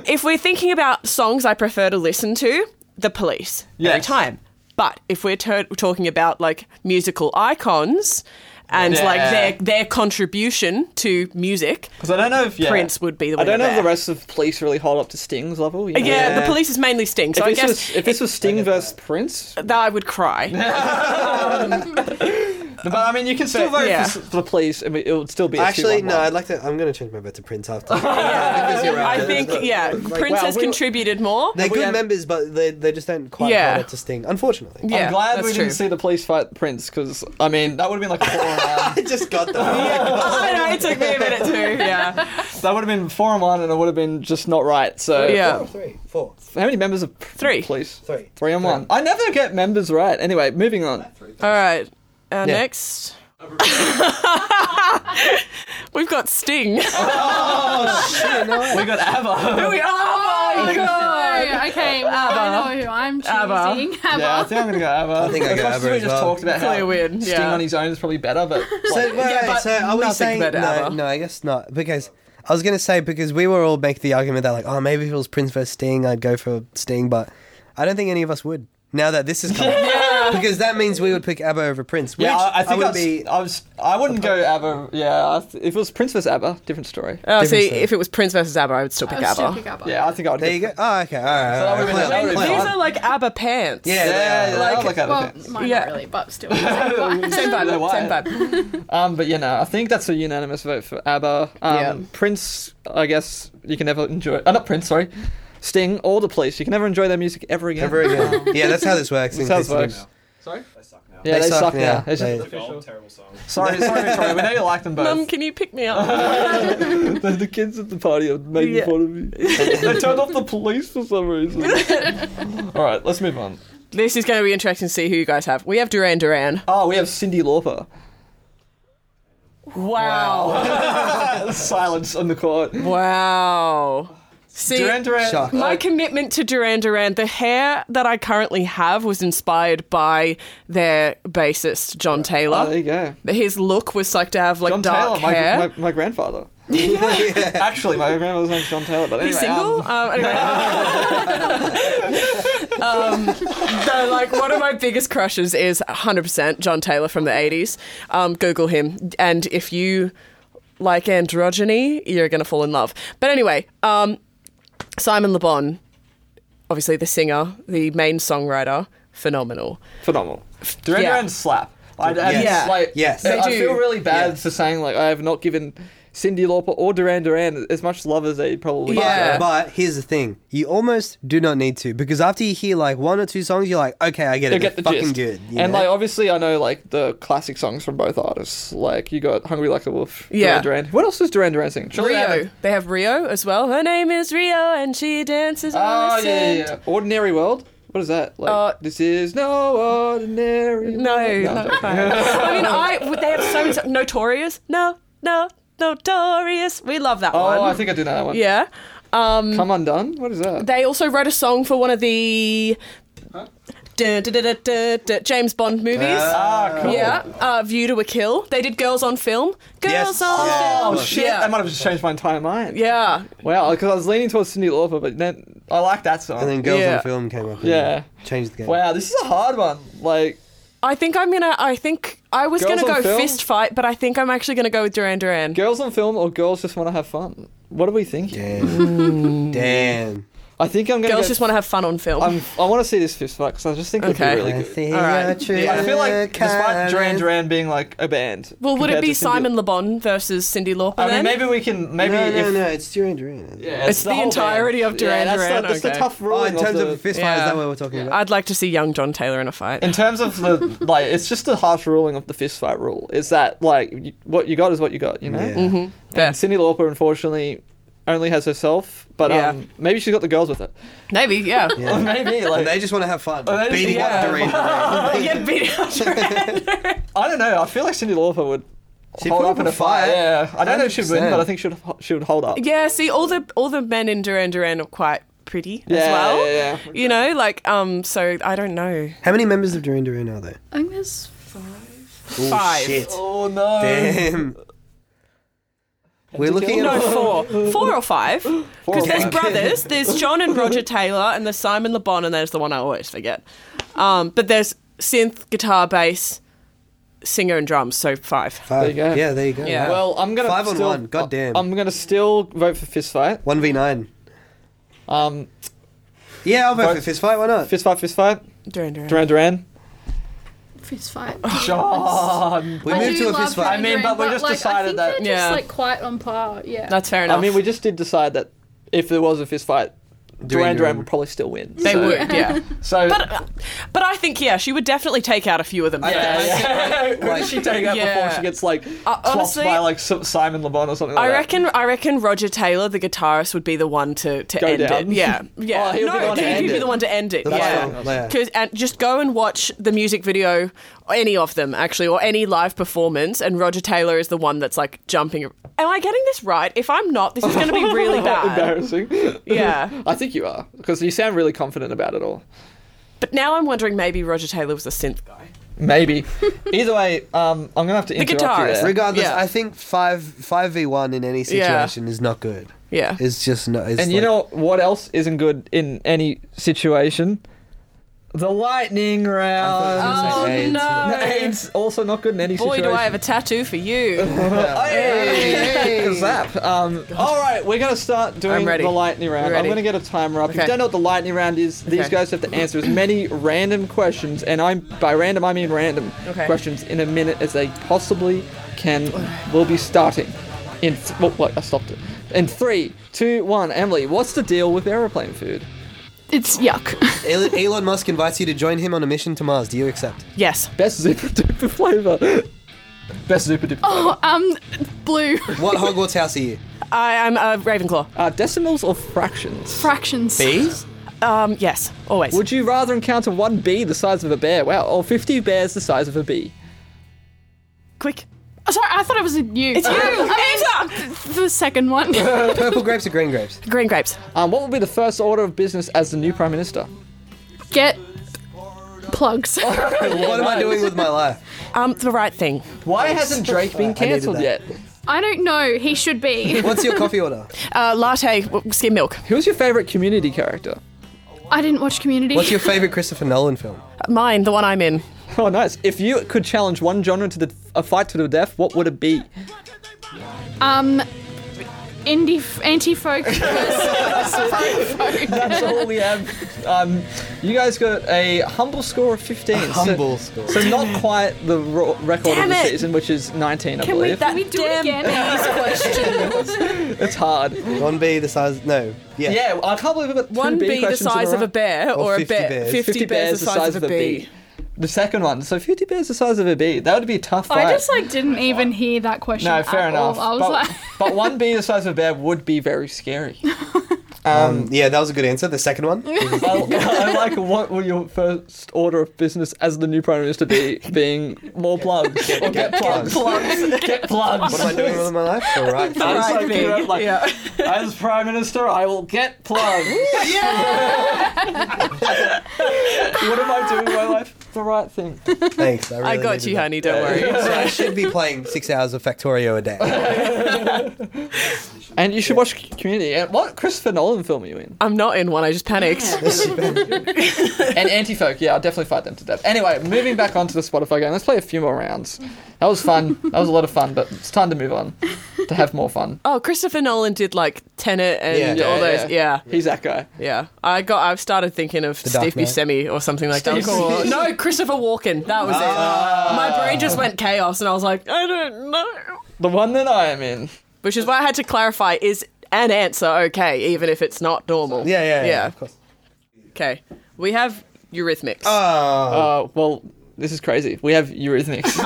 F: if we're thinking about songs I prefer to listen to, The Police every
E: Yes.
F: time. But if we're tur talking about like musical icons and like
E: Yeah.
F: their their contribution to music,
E: Because I don't know if yeah.
F: Prince would be the
E: I don't know
F: winner
E: if the
F: there.
E: rest of police really hold up to Sting's level. You know?
F: yeah, The Police is mainly Sting. So
E: If
F: I
E: this,
F: guess
E: was, if this was Sting versus Prince,
F: that I would cry.
E: Um, but I mean, you can still vote
F: yeah.
E: for, s- for the police. I mean, it would still be a
D: Actually,
E: 2-1-1.
D: no. I'd like to. I'm going to change my vote to Prince after. Because you're right.
F: I think yeah, Prince
E: wow,
F: has
E: we-
F: contributed more.
D: They're good
E: have-
D: members, but they, they just don't quite
F: Yeah.
D: hold up to Sting, unfortunately.
F: yeah,
E: I'm glad
F: that's
E: we
F: true.
E: didn't see the police fight Prince because I mean that would have been like a four on one.
D: I just got the.
F: I know it took me a minute too. Yeah.
E: That would have been four on one, and it would have been just not right. So
F: Yeah.
D: Three, four,
E: how many members of
F: Three.
E: police?
D: three.
E: Three on one. I never get members right. Anyway, moving on.
F: All right. Our
D: Yeah.
F: next. We've got Sting.
E: We got Ava.
F: oh my
C: Oh, okay, well, I know who I'm
F: Abba.
C: choosing.
E: Yeah, I
C: Abba.
E: think I'm gonna go Ava. I
D: think I go
E: as
D: Ava
E: we
D: as
E: just
D: well.
E: talked about
F: Clear
E: how
F: win,
E: Sting
F: yeah.
E: on his own is probably better, but like,
D: So, wait,
F: Yeah,
D: wait,
F: but
D: so are we
F: nothing
D: saying
F: about
D: no?
F: ABBA.
D: No, I guess not because I was gonna say because we were all make the argument that like oh maybe if it was Prince versus Sting I'd go for Sting, but I don't think any of us would. Now that this is coming, because that means we would pick ABBA over Prince. Which
E: yeah, I, I think
D: would
E: I'd s-
D: be.
E: I was. I wouldn't go Ava. Yeah, I th- if it was Prince versus Ava, different story.
F: Oh, see,
D: Different set.
F: if it was Prince versus ABBA, I would still pick
C: I'll still
F: ABBA.
C: pick Abba.
E: Yeah, I think I would.
D: There
E: go
D: you go. Oh, okay. All right. all right,
E: would've been-
D: play on,
E: that would've
F: These
E: been
D: play on.
E: fun.
F: are like ABBA pants.
D: Yeah,
E: Yeah,
D: they are.
E: yeah, I like Ava
C: Well,
E: Prince.
C: mine
F: Yeah.
C: not really, but still.
F: Same vibe.
E: know why.
F: Same vibe.
E: Um, but you know, I think that's a unanimous vote for ABBA. Um,
F: Yeah.
E: Prince, I guess you can never enjoy. Uh, not Prince, sorry. Sting or the Police. You can never enjoy their music ever again.
D: Ever again. Yeah, that's how this works. in
E: That's how this works.
D: case you didn't know.
E: Sorry.
B: They suck now.
E: Yeah, they, suck, now. It's
D: They-
E: just,
B: Gold, terrible song.
E: sorry, sorry, sorry. We know you like them
F: Mum,
E: both.
F: can you pick me up?
E: the, the kids at the party are making
F: Yeah.
E: fun of me. they turned off the police for some reason. All right, let's move on.
F: this is going to be interesting to see who you guys have. We have Duran Duran.
E: Oh, we have Cindy Lauper.
F: Wow.
E: Silence on the court.
F: Wow. See,
E: Duran Duran.
D: Shock.
F: My commitment to Duran Duran, the hair that I currently have was inspired by their bassist, John Taylor.
E: Oh, there you go.
F: His look was like to have like
E: John Taylor,
F: dark
E: my,
F: hair.
E: my, my grandfather. Actually, my grandmother's name's John Taylor, but anyway,
F: He's single.
E: um,
F: Um, anyway.
E: Oh,
F: um, no, like one of my biggest crushes is 100% John Taylor from the 80s. Um, Google him, and if you like androgyny, you're gonna fall in love. But anyway, um, Simon Le Bon, obviously the singer, the main songwriter, phenomenal.
E: phenomenal. Duran
F: Yeah.
E: Duran slap. I, I,
D: Yes.
E: yeah. Like,
D: Yes.
E: I,
D: They
E: I
F: do.
E: feel really bad for saying like I have not given Cindy Lauper or Duran Duran as much love as they probably
F: Yeah.
E: deserve.
D: But here's the thing: you almost do not need to because after you hear like one or two songs, you're like, okay, I get
E: They
D: it.
E: get the
D: They're fucking
E: gist.
D: good. you
E: and
D: know?
E: like obviously, I know like the classic songs from both artists. Like you got "Hungry Like a Wolf,"
F: Yeah.
E: Duran Duran. What else does Duran Duran sing? Surely they have
F: Rio,
E: a-
F: they have Rio as well. Her name is Rio, and she dances on
E: Oh
F: the
E: yeah, yeah,
F: sand.
E: yeah. Ordinary World. What is that? Like
F: Uh,
E: this is no ordinary.
F: No,
E: world. I'm
F: not
E: joking.
F: quite. I mean, I they have so much notorious. No, no, notorious. We love that one.
E: Oh, I think I do know that one.
F: yeah. Um,
E: Come Undone. What is that?
F: they also wrote a song for one of the dun, dun, dun, dun, dun, dun, James Bond movies.
E: ah, cool.
F: yeah, uh, View to a Kill. They did Girls on Film. Girls
D: Yes.
F: on
D: Yeah.
E: Oh
F: Film.
E: shit!
F: Yeah.
E: That might have just changed my entire mind.
F: yeah.
E: Wow, because I was leaning towards Cindy Lauper, but then I like that song.
D: And then Girls
F: Yeah.
D: on Film came up. And
E: Yeah.
D: Changed the game.
E: wow, this is a hard one. Like,
F: I think I'm gonna. I think I was
E: Girls
F: gonna
E: on
F: go
E: Film?
F: fist fight, but I think I'm actually gonna go with Duran Duran.
E: girls on film or girls just want to have fun. What are we thinking?
D: Damn.
E: mm.
D: Damn.
E: I think I'm gonna. go-
F: Girls just want to have fun on film.
E: I'm, I want to see this fist fight because I just think
F: Okay.
E: it'd be
D: I
E: really good.
D: think
F: All right.
D: I should
E: I feel like despite
D: come
E: Duran
D: in.
E: Duran being like a band.
F: well, would it
E: compared
F: be
E: to Cyndi-
F: Simon Le Bon versus Cindy Lauper?
E: I mean,
F: then?
E: maybe we can. Maybe
D: No,
E: if
D: no, no. It's Duran Duran.
E: Yeah,
F: It's the
E: whole
F: entirety
E: band.
F: of Duran
E: yeah, that's
F: Duran,
E: The, that's
F: okay.
E: the tough rule
D: Oh, in terms of fist fight, is
F: Yeah.
D: that what we're talking about?
F: I'd like to see young John Taylor in a fight.
E: In terms of the like, it's just the harsh ruling of the fist fight rule. Is that like you, what you got is what you got, you know?
D: Yeah.
F: Fair.
E: And Cindy Lauper, unfortunately, only has herself, but
F: Yeah.
E: um, maybe she's got the girls with her.
F: Maybe, yeah. yeah.
E: Or maybe like
D: And they just want to have fun.
E: they just-
D: Beating
E: yeah.
D: up Duran Duran.
F: beat up Duran.
E: I don't know. I feel like Cindy Lauper would
D: She'd
E: hold
D: put
E: up in a fight. Yeah, I don't know if she'd win,
D: 100%.
E: but I think she'd she would hold up.
F: yeah, see, all the all the men in Duran Duran are quite pretty as
E: Yeah,
F: well.
E: yeah, yeah.
F: You know, like um. So I don't know.
D: How many members of Duran Duran are there?
C: I think there's
D: Ooh,
F: Five.
D: Shit.
E: Oh no.
D: Damn. We're looking
F: No,
D: at
F: four, four or five.
E: Four or
F: Because there's
E: five.
F: brothers. There's John and Roger Taylor, and there's Simon Le Bon, and there's the one I always forget. Um, but there's synth, guitar, bass, singer, and drums. So five.
D: five.
E: There you go.
D: Yeah, there you go.
F: Yeah.
D: Wow.
E: Well, I'm gonna
D: Five on
E: still,
D: one, goddamn.
E: I'm gonna still vote for fist fight.
D: one v nine.
E: Um,
D: Yeah, I'll vote for
E: Vote-
D: fist fight. Why not?
E: fist fight, fist fight.
F: Duran Duran.
E: Duran Duran.
C: fist fight.
E: John.
D: we moved to a fist fight.
E: I mean, but we just
C: like,
E: decided
C: I
E: that-
C: think they're
F: Yeah.
C: just like quite on par. Yeah.
F: That's fair enough.
E: I mean, we just did decide that if there was a fist fight, Duran
D: Duran.
E: Duran would probably still win.
F: they
E: so,
F: would, yeah.
E: So
F: But, uh, but I think yeah, she would definitely take out a few of them.
E: yeah, yeah. Who does she take out
F: Yeah.
E: before she gets like
F: Uh,
E: swapped
F: honestly,
E: by like S- Simon Le Bon or something? Like
F: I reckon. I reckon Roger Taylor, the guitarist, would be the one to, to
E: Go
F: end
E: down.
F: it. Yeah, yeah.
E: Oh, he'll be
F: no,
E: the one to
F: he'd
E: end
F: be
E: it.
F: the one to end it.
D: That's
F: yeah.
D: fine, yeah.
F: 'Cause- and just go and watch the music video, or any of them actually, or any live performance. And Roger Taylor is the one that's like jumping. Am I getting this right? If I'm not, this is going to be really
E: that.
F: bad.
E: Embarrassing.
F: Yeah.
E: I think you are because you sound really confident about it all.
F: But now I'm wondering maybe Roger Taylor was a synth guy.
E: Maybe. Either way, um, I'm gonna have to interrupt
F: guitarist.
E: you there.
D: Regardless,
F: Yeah.
D: I think five five v one in any situation is not good.
F: Yeah.
D: It's just not. It's
E: and you
D: like-
E: know what else isn't good in any situation? The lightning
D: Oh,
E: round.
D: I thought you were gonna say AIDS.
E: It's also not good in any
F: Oh. Boy,
E: situation.
F: do I have a tattoo for you.
E: Hey! Zap. Um, all right, we're going to start doing
F: I'm ready.
E: the lightning round. I'm
F: Ready.
E: going to get a timer up. If
F: Okay.
E: you don't know what the lightning round is, these
F: Okay.
E: guys have to answer as many random questions, and I'm by random I mean random
F: Okay.
E: questions in a minute as they possibly can. We'll be starting in. Th- well, wait, I stopped it. In three, two, one. Emily, what's the deal with aeroplane food?
C: It's yuck.
D: Elon, Elon Musk invites you to join him on a mission to Mars. Do you accept?
F: yes.
E: Best super duper flavor. Best super duper. flavor.
C: oh, um, blue
D: What Hogwarts house are you?
F: I am a Ravenclaw.
E: Uh, decimals or fractions?
C: fractions.
D: Bees.
F: Um, yes, always.
E: Would you rather encounter one bee the size of a bear? Wow, or 50 bears the size of a bee?
F: Quick.
C: Oh, sorry, I thought it was a you.
F: It's you!
C: I mean, the second one.
D: Purple grapes or green grapes?
F: Green grapes.
E: Um, what will be the first order of business as the new prime minister?
C: Get plugs.
D: what am I doing with my life?
F: Um, the right thing.
E: Why hasn't Drake been
D: I needed
E: cancelled
D: that.
E: yet?
C: I don't know. He should be.
D: What's your coffee order?
F: Uh, latte, w- skim milk.
E: Who's your favourite community character?
C: I didn't watch Community.
D: What's your favorite Christopher Nolan film?
F: Mine, the one I'm in.
E: Oh, nice. If you could challenge one genre to the, a fight to the death, what would it be?
C: um, indie f- anti-folk.
E: That's all we have. Um, you guys got a humble score of 15. so-
D: score.
E: So, not quite the ro- record of
F: Damn
E: the
F: it.
E: season, which is 19, I
F: Can we-
E: believe.
F: that-
C: we do
F: Damn.
C: it again?
E: it's hard.
D: One B the size. No. Yeah.
E: Yeah, I can't believe we got two
F: One
E: bee
F: bee the
E: questions in
F: size
E: a
F: of a
E: row.
F: bear, or, a
D: 50
F: bear.
D: bears.
F: 50, bears the size of a bee.
E: The second one. So 50 bears the size of a bee. That would be a tough fight.
C: I just like didn't even hear that question.
E: no, fair
C: at all.
E: enough.
C: I was
E: but,
C: like,
E: but one bee the size of a bear would be very scary.
D: Um, yeah, that was a good answer. The second one.
E: I, I like what will your first order of business as the new prime minister be? Being more plugs or get plugs. Get plugs.
D: What am I doing with my life? All right.
E: I
D: fine.
E: just like,
F: Right,
E: you know,
F: bee.
E: like,
F: Yeah.
E: as prime minister, I will get plugs. what am I doing with my life? The right thing.
D: Thanks. I, really
F: I got
D: needed
F: you,
D: that.
F: honey, don't worry.
D: So I should be playing six hours of Factorio a day.
E: And you should watch Community. And what Christopher Nolan film are you in?
F: I'm not in one, I just panicked.
E: and anti folk, yeah, I'll definitely fight them to death. Anyway, moving back onto the Spotify game, let's play a few more rounds. That was fun. That was a lot of fun, but it's time to move on to have more fun.
F: Oh, Christopher Nolan did like Tenet and
D: Yeah.
F: all
E: Yeah,
F: those. Yeah. yeah.
E: He's that guy.
F: I got. I've started thinking of
D: Dark
F: Steve
D: Knight.
F: Buscemi or something like
E: Steve
F: that.
E: Buscemi.
F: Or- No, Christopher Walken. That was it. My brain just went chaos, and I was like, I don't know.
E: The one that I am in.
F: Which is why I had to clarify: is an answer okay, even if it's not normal?
D: Yeah, yeah, yeah. Of course.
F: Okay, we have Eurythmics.
D: Oh,
E: Uh, well, this is crazy. We have Eurythmics.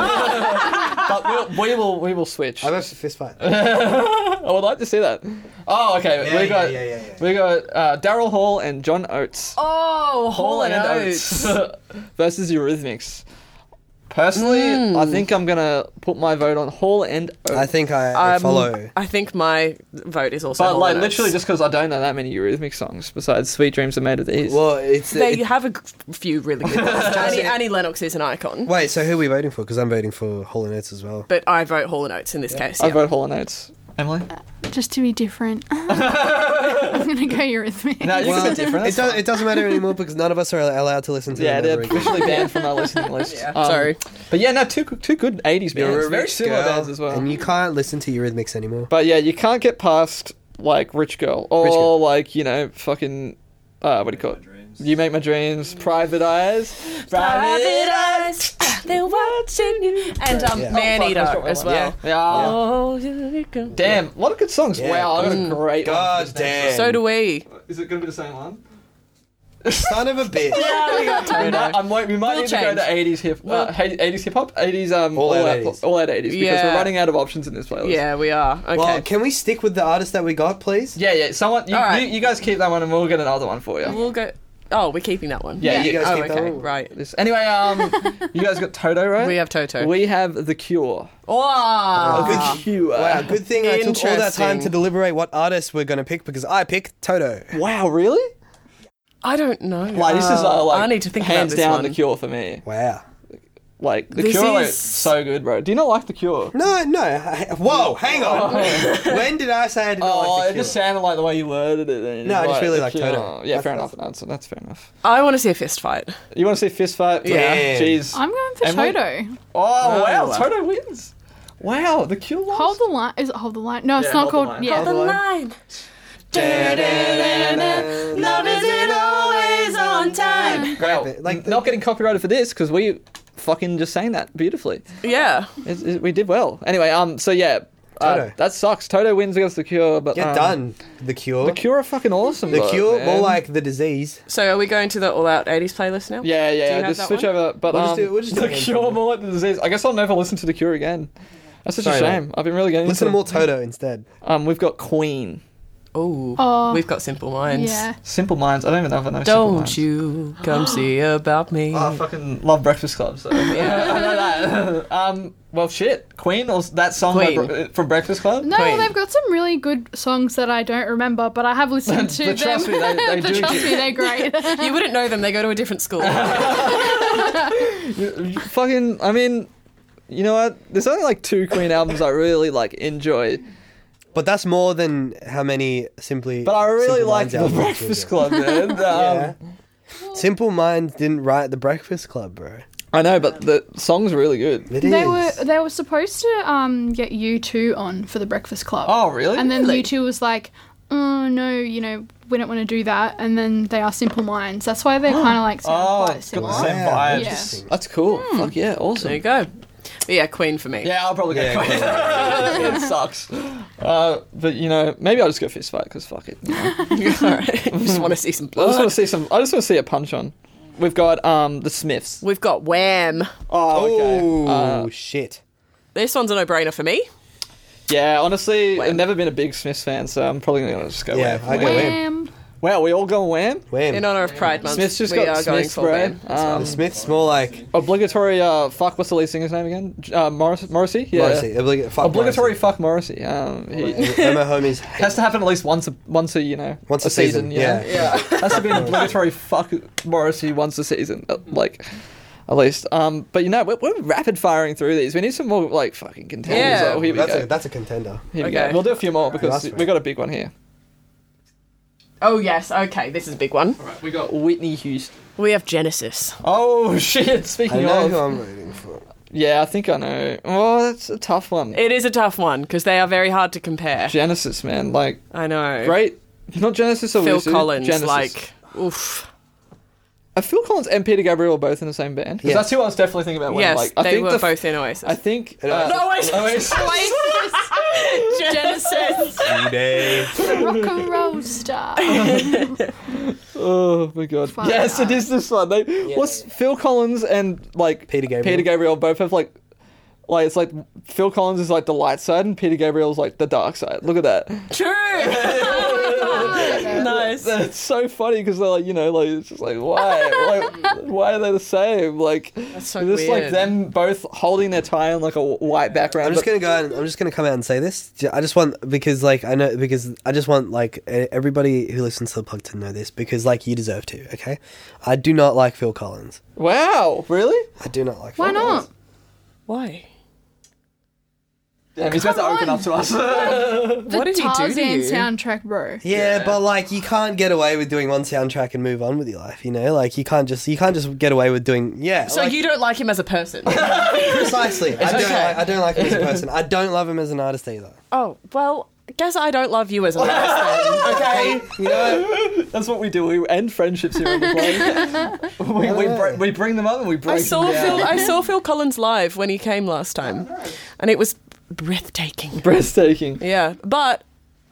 E: but we'll, we will we will switch.
D: I'm
E: I
D: up for oh, fist fight.
E: would like to see that. Oh, okay.
D: Yeah,
E: we
D: yeah,
E: got
D: yeah, yeah, yeah.
E: we got uh, Daryl Hall and John Oates.
F: oh, Hall and Oh, Oates.
E: versus Eurythmics. Personally, I think I'm gonna put my vote on Hall and Oates.
D: I think I, I
F: Um,
D: follow.
F: I think my vote is also.
E: but like
F: Hall & Oates.
E: literally just because I don't know that many Eurythmic songs besides "Sweet Dreams Are Made of These."
D: Well, it's,
F: they
D: it-
F: have a g- few really good. ones. Annie, Annie Lennox is an icon,
D: wait. So who are we voting for? Because I'm voting for Hall and Oates as well.
F: but I vote Hall and Oates in this case.
E: I
F: yeah.
E: vote Hall and Oates. Emily,
C: Just to be different. I'm gonna go Eurythmics.
E: no, you
D: Well,
E: can be different.
D: It,
E: that's
D: does,
E: fine.
D: it doesn't matter anymore because none of us are allowed to listen to
E: yeah,
D: them
E: they're
D: ever again.
E: officially banned from our listening list.
F: Yeah,
E: Um,
F: sorry.
E: but yeah, no, two two good '80s
D: You're
E: bands,
D: a
E: very
D: rich
E: similar
D: girl,
E: bands as well.
D: And you can't listen to Eurythmics anymore.
E: But yeah, you can't get past like Rich Girl or
D: Rich Girl.
E: like you know fucking uh, what do you call it? You make my dreams, private eyes,
F: Private eyes, they're watching you, and um,
D: Yeah.
F: Man
E: Fuck, I
F: Eater
E: forgot my
F: as
E: one.
F: well.
E: Yeah. Yeah.
F: Oh, you can-
E: Damn, what a good songs!
D: Yeah.
E: Wow, I got a great. one.
D: God damn.
F: So do we.
E: Is it gonna be the same one?
D: Son of a bitch.
E: We might, I might, we might
F: We'll
E: need to go to eighties hip, uh, eighties hip hop, eighties um,
D: All
E: all,
D: out
E: out,
D: 80s.
E: all out eighties because
F: Yeah.
E: we're running out of options in this playlist.
F: Yeah, we are. Okay.
D: Well, can we stick with the artist that we got, please?
E: yeah, yeah. Someone, you,
F: All right.
E: you, you guys keep that one, and we'll get another one for you.
F: we'll go. Oh, we're keeping that one.
E: Yeah, you
D: guys
F: oh,
D: keep that
F: okay.
D: one.
F: Right.
E: This- Anyway, um, you guys got Toto, right?
F: We have Toto.
E: We have The Cure.
F: oh,
E: The Cure.
D: Wow, good thing I took all that time to
F: Interesting.
D: deliberate what artist we're going to pick because I picked Toto.
E: Wow, really?
F: I don't know.
E: Like this is uh, like
F: I need to think
E: hands
F: about this
E: down
F: one.
E: the cure for me.
D: Wow.
E: Like the
F: This
E: cure like,
F: is-
E: so good, bro. Do you not like the cure?
D: No, no. I- whoa, hang on. when did I say I did not
E: oh,
D: like
E: it
D: the
E: just
D: Cure?
E: sounded like the way you worded it. and
D: No, I just really
E: The
D: like
E: Cure.
D: Toto.
E: Yeah,
D: That's-
E: fair enough. That's, that's fair enough.
F: I want to see a fist fight.
E: You want to see fist fight?
F: Yeah.
D: Damn.
E: Jeez.
C: I'm going for
E: Emily?
C: Toto.
E: Oh, wow,
F: wow.
E: Toto wins. Wow, the cure lost.
C: Hold the line. Is it hold the line? No, it's
E: Yeah,
C: not
E: Hold the
C: called.
E: Line.
C: Yeah.
D: Hold the
F: line.
D: Love
F: isn't always on time.
E: wow.
D: it. Like
E: Like not getting copyrighted for this because we fucking just sang that beautifully.
F: Yeah.
E: It's, it, we did well. Anyway, um, so yeah, uh,
D: Toto.
E: that sucks. Toto wins against the cure, but
D: You're
E: um,
D: done. The Cure.
E: The Cure are fucking awesome.
D: The
E: though,
D: Cure,
E: man.
D: more like the disease.
F: So are we going to the all out 80s playlist now?
E: Yeah,
F: Do
E: yeah.
F: you
E: yeah
F: have
E: just
F: that
E: switch
F: one?
E: over. But
D: We'll
E: um,
D: just do- we'll just do
E: the
D: it again.
E: Cure, more like the disease. I guess I'll never listen to the Cure again. That's such
D: Sorry,
E: a shame. I've been really getting
D: Listen to
E: into
D: more Toto instead.
E: them. Um, we've got Queen,
F: Ooh.
C: Oh.
F: We've got Simple Minds.
C: Yeah.
E: Simple Minds. I don't even know if I know. Simple
F: Don't
E: Minds.
F: you come see about me.
E: Oh, I fucking love Breakfast Club. So yeah, I know that. um, well, shit. Queen or s- that song by
F: Queen.
E: Bre- from Breakfast Club.
C: No,
F: Queen.
C: they've got some really good songs that I don't remember, but I have listened to them.
E: But trust me, they- they
C: But
E: do
C: trust
E: get-
C: me, they're great.
F: you wouldn't know them. They go to a different school.
E: fucking. I mean, you know what? There's only like two Queen albums I really like enjoy,
D: But that's more than how many simply.
E: but I really
D: Simple
E: like
D: Minds
E: the
D: albums
E: Breakfast
D: we do.
E: Club, man. Um,
D: Yeah. Simple Minds didn't write the Breakfast Club, bro.
E: I know, but the song's really good.
D: It
C: they
D: is.
C: were they were supposed to um, get you two on for the Breakfast Club.
E: Oh, really?
C: And then you two was like, oh no, you know, we don't want to do that. And then they are Simple Minds. That's why they're kind of like sound
E: Oh,
C: quite
E: it's got the
C: similar.
E: same
D: Wow,
E: vibes.
D: interesting.
E: That's cool.
F: Hmm.
E: Fuck yeah,
F: there you
E: awesome.
F: go. But yeah, Queen for me.
E: Yeah, I'll probably go.
D: Yeah,
E: it sucks. Uh, but you know, maybe I'll just go fist fight because fuck it. you know.
F: All right. I just want to see some
E: I just want
F: blood.
E: to see some. I just want to see a punch on. We've got um the Smiths.
F: We've got Wham.
E: Oh,
D: Oh
E: okay. Uh,
D: shit!
F: This one's a no-brainer for me.
E: yeah, honestly,
F: Wham.
E: I've never been a big Smiths fan, so I'm probably gonna just go.
D: Yeah,
E: wham.
D: I go
E: Wham.
D: Wham.
C: Wham.
E: Wow, we all go wham.
D: Wham.
F: In honor of Pride Month,
E: Smiths just
F: we
E: got
F: are going
E: Smiths,
F: for
E: bro.
F: Wham. as well.
E: Um,
D: the Smiths more like
E: Obligatory. Uh, fuck. What's the lead singer's name again? J- Uh, Morris, Morrissey. Yeah.
D: Morrissey. Oblig- fuck
E: Obligatory. Fuck Morrissey. Um, he,
D: Morrissey. And my homies.
E: It has to happen at least once a once a you know
D: Once a season,
E: you know?
D: yeah.
E: has to be an obligatory fuck Morrissey once a season uh, like at least um but you know we're, we're rapid firing through these we need some more like fucking contenders
F: Yeah.
E: oh, here we
D: That's
E: go
D: a, that's a contender.
E: here we
F: Okay.
E: go we'll do a few more
D: That's
E: because
D: right.
E: we got a big one here
F: Oh yes, okay, this is a big one.
E: we got Whitney Houston
F: We have Genesis.
E: oh shit
D: I
E: speaking
D: know
E: of
D: who I'm voting for.
E: yeah I think I know oh that's a tough one
F: It is a tough one because they are very hard to compare.
E: Genesis man like
F: I know.
E: great not Genesis or
F: Phil
E: Lucid,
F: Collins,
E: Genesis.
F: like, oof.
E: Are Phil Collins and Peter Gabriel both in the same band? 'Cause
D: Yes.
E: that's who I was definitely thinking about. When,
F: yes,
E: like, I
F: they
E: think
F: were
E: the
F: both in Oasis.
E: I think.
D: And I-
E: Uh,
F: Oasis.
E: Oasis.
F: Genesis.
C: Rock and roll star.
E: Oh my god.
C: Fuck.
E: Yes, it is this one. They, What's Phil Collins and like
D: Peter Gabriel.
E: Peter Gabriel both have like Like it's like Phil Collins is like the light side and Peter Gabriel's like the dark side. Look at that.
F: True. nice.
E: It's so funny because they're like, you know, like it's just like why, like why are they the same? Like That's
F: so
E: just like
F: weird.
E: them both holding their tie on like a white background.
D: I'm just
E: but-
D: gonna go. Out and, I'm just gonna come out and say this. J- I just want because like I know because I just want like e- everybody who listens to the plug to know this because like you deserve to. Okay, I do not like Phil Collins.
E: wow, really?
D: I do not like.
C: Why
D: Phil Collins.
C: not?
F: Why?
E: Damn, he's about to open up to us.
C: The
F: What did he do to
C: Tarzan
F: you?
C: soundtrack, bro.
D: Yeah, but like you can't get away with doing one soundtrack and move on with your life. You know, like you can't just you can't just get away with doing yeah.
F: So
D: like,
F: you don't like him as a person?
D: precisely. I don't.
F: okay.
D: Like, I don't like him as a person. I don't love him as an artist either.
F: oh well, guess I don't love you as a person. okay.
D: You know,
E: That's what we do. We end friendships here on the plane. we, we, br- we bring them up and we break
F: I saw
E: them down.
F: Phil. I saw Phil Collins live when he came last time, and it was breathtaking.
E: Breathtaking.
F: Yeah, but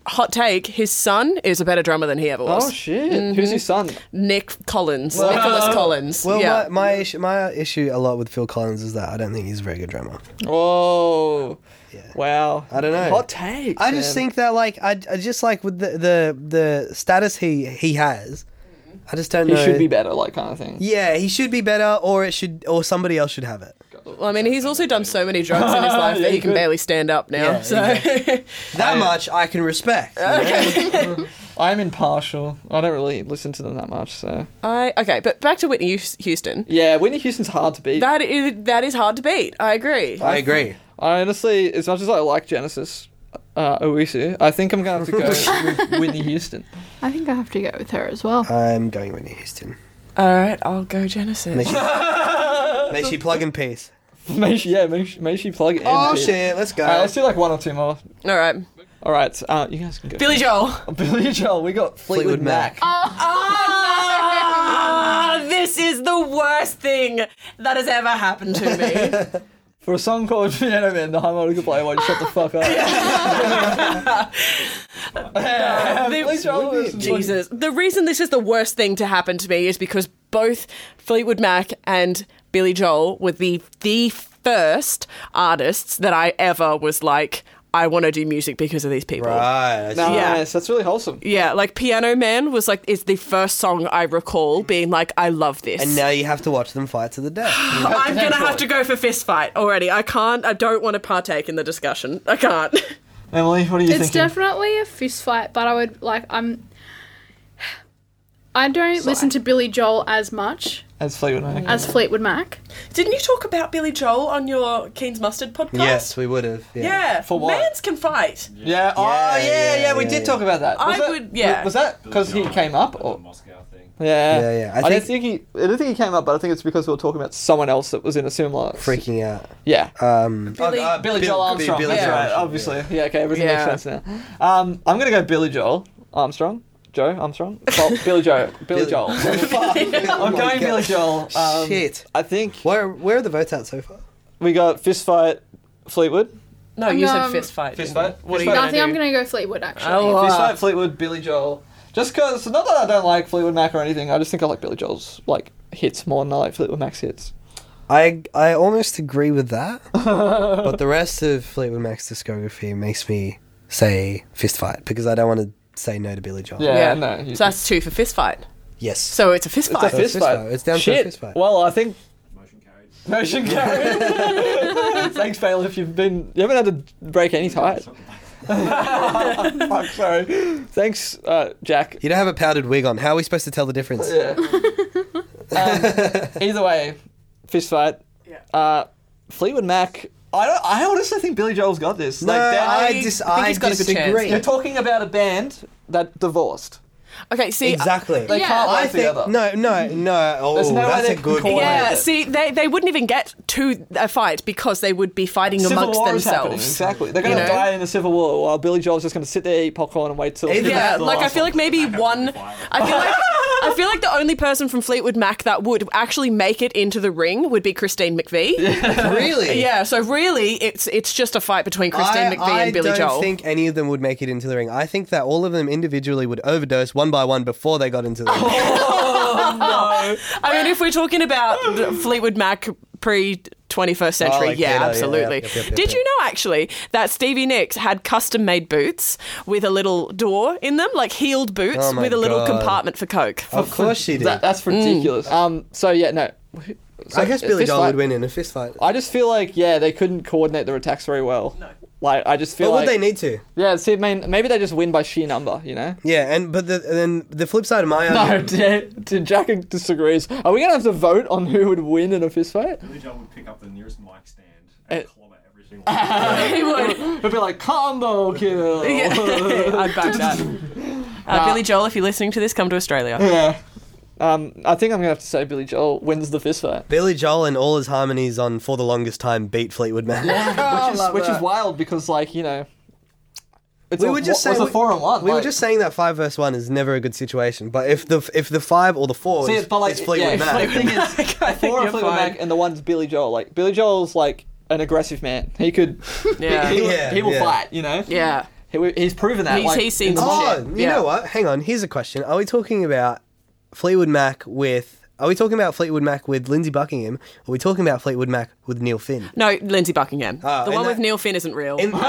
F: hot take: his son is a better drummer than he ever was.
E: Oh shit! Who's your son?
F: Nick Collins, Nicholas Collins.
D: well,
F: yeah.
D: my my issue, my issue a lot with Phil Collins is that I don't think he's a very good drummer.
E: Oh, wow!
D: I don't know.
E: Hot take.
D: I just
E: man.
D: think that like I, I just like with the the, the status he he has, I just don't
E: he
D: know.
E: should be better, like kind of thing.
D: Yeah, he should be better, or it should, or somebody else should have it.
F: Well, I mean, he's also done so many drugs in his life
E: Yeah,
F: that he can
E: good.
F: barely stand up now.
D: Yeah,
F: so,
D: That much I can respect.
E: I'm impartial. I don't really listen to them that much. So
F: I okay, but back to Whitney Hous- Houston.
E: yeah, Whitney Houston's hard to beat.
F: That is that is hard to beat. I agree.
D: I agree.
E: I honestly, as much as I like Genesis, uh, Oisu, I think I'm gonna have to go with Whitney Houston.
C: I think I have to go with her as well.
D: I'm going Whitney Houston.
F: All right, I'll go Genesis.
D: May she, may she plug in peace.
E: May she, yeah, may she, may she plug it in.
D: Oh
E: dude.
D: shit, let's go.
E: All right, let's do like one or two more.
F: All right,
E: All right, uh, you guys can go.
F: Billy Joel.
E: Billy Joel, we got Fleetwood,
D: Fleetwood
E: Mac.
D: Mac.
F: Ah, this is the worst thing that has ever happened to me.
E: For a song called Piano Man, the harmonica player won't shut the fuck up. Billy Joel is-
F: Jesus. The reason this is the worst thing to happen to me is because both Fleetwood Mac and Billy Joel were the the first artists that I ever was like, I want to do music because of these people.
D: Right.
E: Nice,
F: Yeah.
E: that's really wholesome.
F: Yeah, like Piano Man was like is the first song I recall being like, I love this.
D: And now you have to watch them fight to the death.
F: I'm gonna have to go for fist fight already. I can't. I don't want to partake in the discussion. I can't.
E: Emily, what are you
C: It's
E: thinking?
C: definitely a fist fight, but I would like I'm. I don't listen to Billy Joel as much
E: That's Fleetwood Mac.
F: Uh,
C: as Fleetwood Mac.
F: Didn't you talk about Billy Joel on your Keen's Mustard podcast?
D: yes, we would have. Yeah.
F: Yeah.
E: For what?
F: Mans can fight.
E: yeah. Oh, yeah, yeah.
D: yeah,
E: we
D: yeah,
E: did
D: yeah.
E: talk about that.
F: I
E: that-
F: would- yeah.
E: Was that because he came up or?
B: Moscow thing.
E: Yeah.
D: Yeah, yeah. I
E: I, don't think he. I don't think he came up, but I think it's because we were talking about someone else that was in a similar.
D: Freaking out.
E: Yeah. Uh,
D: Um,
F: Billy-
E: Billy Joel Armstrong.
D: Billy
E: that's
D: Joel
E: right,
D: Armstrong,
E: obviously. Yeah, okay, everything
F: Yeah.
E: makes sense now. Um, I'm going to go Billy Joel Armstrong. Joe Armstrong? Well, Billy Joe. Billy
D: Billy- Oh
E: Joel. I'm going Billy Joel. Um,
D: Shit.
E: I think
D: Where where are the votes at so far?
E: we got Fist Fight Fleetwood.
F: No, you
C: Um,
F: said fist fight.
E: Fist
F: didn't you?
E: Fight? What
F: Fist
E: do you
C: No,
F: fight
C: I think
F: I
C: I'm
F: do.
C: gonna go Fleetwood actually.
F: Oh,
E: Fist
F: uh,
E: Fight Fleetwood, Billy Joel. Just because, not that I don't like Fleetwood Mac or anything, I just think I like Billy Joel's like hits more than I like Fleetwood Mac's hits.
D: I I almost agree with that, but the rest of Fleetwood Mac's discography makes me say fist fight because I don't want to say no to Billy Joel.
E: Yeah,
F: yeah.
E: no. you-
F: so that's two for fist fight.
D: Yes. So
F: So it's a fist
E: it's
F: fight.
E: a fist
D: fist
E: fight.
D: fight. It's down to a
E: Shit.
D: fist fight.
E: Well, I think
B: Motion carried.
E: Motion carried. Thanks, Bale, if you've been you haven't had to break any tires. Fuck, sorry. Thanks, uh, Jack.
D: you don't have a powdered wig on. How are we supposed to tell the difference?
E: Yeah. Um, either way, fist fight. Uh, Fleetwood Mac. I don't. I honestly think Billy Joel's got this.
D: No,
E: they're-
D: I,
F: I
D: dis-
F: think
D: I
F: he's got a good chance.
D: disagree.
E: You're talking about a band that divorced.
F: okay, see.
D: Exactly.
E: They
C: Yeah.
E: can't
D: I
E: work
D: think
E: together.
D: no, no, no.
E: There's
D: Oh,
E: no way
D: that's
E: they
D: a
E: can
D: good point.
E: call it.
F: Yeah, see, they, they wouldn't even get to a fight because they would be fighting
E: Civil
F: amongst
E: war is happening,
F: themselves.
E: Exactly. They're going to
F: You know?
E: die in a civil war while Billy Joel's just going to sit there, eat popcorn, and wait till.
D: Either
F: Yeah,
E: the
F: like I
E: last
F: feel
E: one.
F: like maybe one. I feel like I feel like the only person from Fleetwood Mac that would actually make it into the ring would be Christine McVie. Yeah,
D: Really?
F: so really, it's it's just a fight between Christine
D: I,
F: McVie
D: I
F: and Billy
D: don't
F: Joel.
D: think any of them would make it into the ring. I think that all of them individually would overdose one by one before they got into the ring.
F: I mean, if we're talking about the Fleetwood Mac pre 21st century.
D: like
F: yeah,
D: Peter, yeah,
F: absolutely.
D: yep, yep, yep,
F: Did
D: yep.
F: you know actually that Stevie Nicks had custom made boots with a little door in them, like heeled boots
D: Oh my
F: with a little
D: God. Oh.
F: compartment for Coke?
D: Of course she did.
E: That, that's ridiculous. Mm. Um. So yeah, no. So
D: I guess
E: it's
D: Billy
E: fist
D: Joel
E: fight.
D: would win in a fist fight.
E: I just feel like yeah, they couldn't coordinate their attacks very well. No. Like I just feel
D: But would
E: like
D: they need to?
E: yeah. See, I mean, maybe they just win by sheer number. You know.
D: Yeah, and but the, then the flip side of my
E: No,
D: argument.
E: d- d- Jack disagrees. Are we gonna have to vote on who would win in a fist fight?
B: Billy Joel would pick up the nearest mic stand
E: Eh.
B: and clobber every single one.
E: It'd be like combo kill.
F: I'd back that. Uh, Billy Uh, Joel, if you're listening to this, come to Australia.
E: Yeah. Um, I think I'm gonna have to say Billy Joel wins the fist fight,
D: Billy Joel and all his harmonies on For the Longest Time beat Fleetwood Mac.
E: which is which is wild because like you know, it's
D: We
E: a,
D: were just
E: wa- was
D: saying
E: a four on one.
D: We were
E: like-
D: just saying that five verse one is never a good situation, but if the if the five or the four
E: See,
D: is,
E: but like
D: is Fleetwood
E: yeah,
D: Mac,
E: The thing is,
F: I
E: four
F: think
E: are
F: you're
E: Fleetwood
F: fine.
E: Mac, and the one's Billy Joel. Like Billy Joel's like an aggressive man. He could,
F: Yeah.
E: he, he, will-
D: Yeah,
E: he will
D: yeah.
E: fight. You know,
F: Yeah.
E: He, he's proven that.
F: He's-
E: like,
F: he's seen
E: in the
F: some
E: market.
D: Oh,
F: shit.
D: you
F: Yeah.
D: know what? Hang on. Here's a question. Are we talking about Fleetwood Mac with? Are we talking about Fleetwood Mac with Lindsey Buckingham? Or are we talking about Fleetwood Mac with Neil Finn?
F: No, Lindsay Buckingham.
D: Ah,
F: the
D: and
F: one
D: that-
F: with Neil Finn isn't real.
D: In,
F: Refuse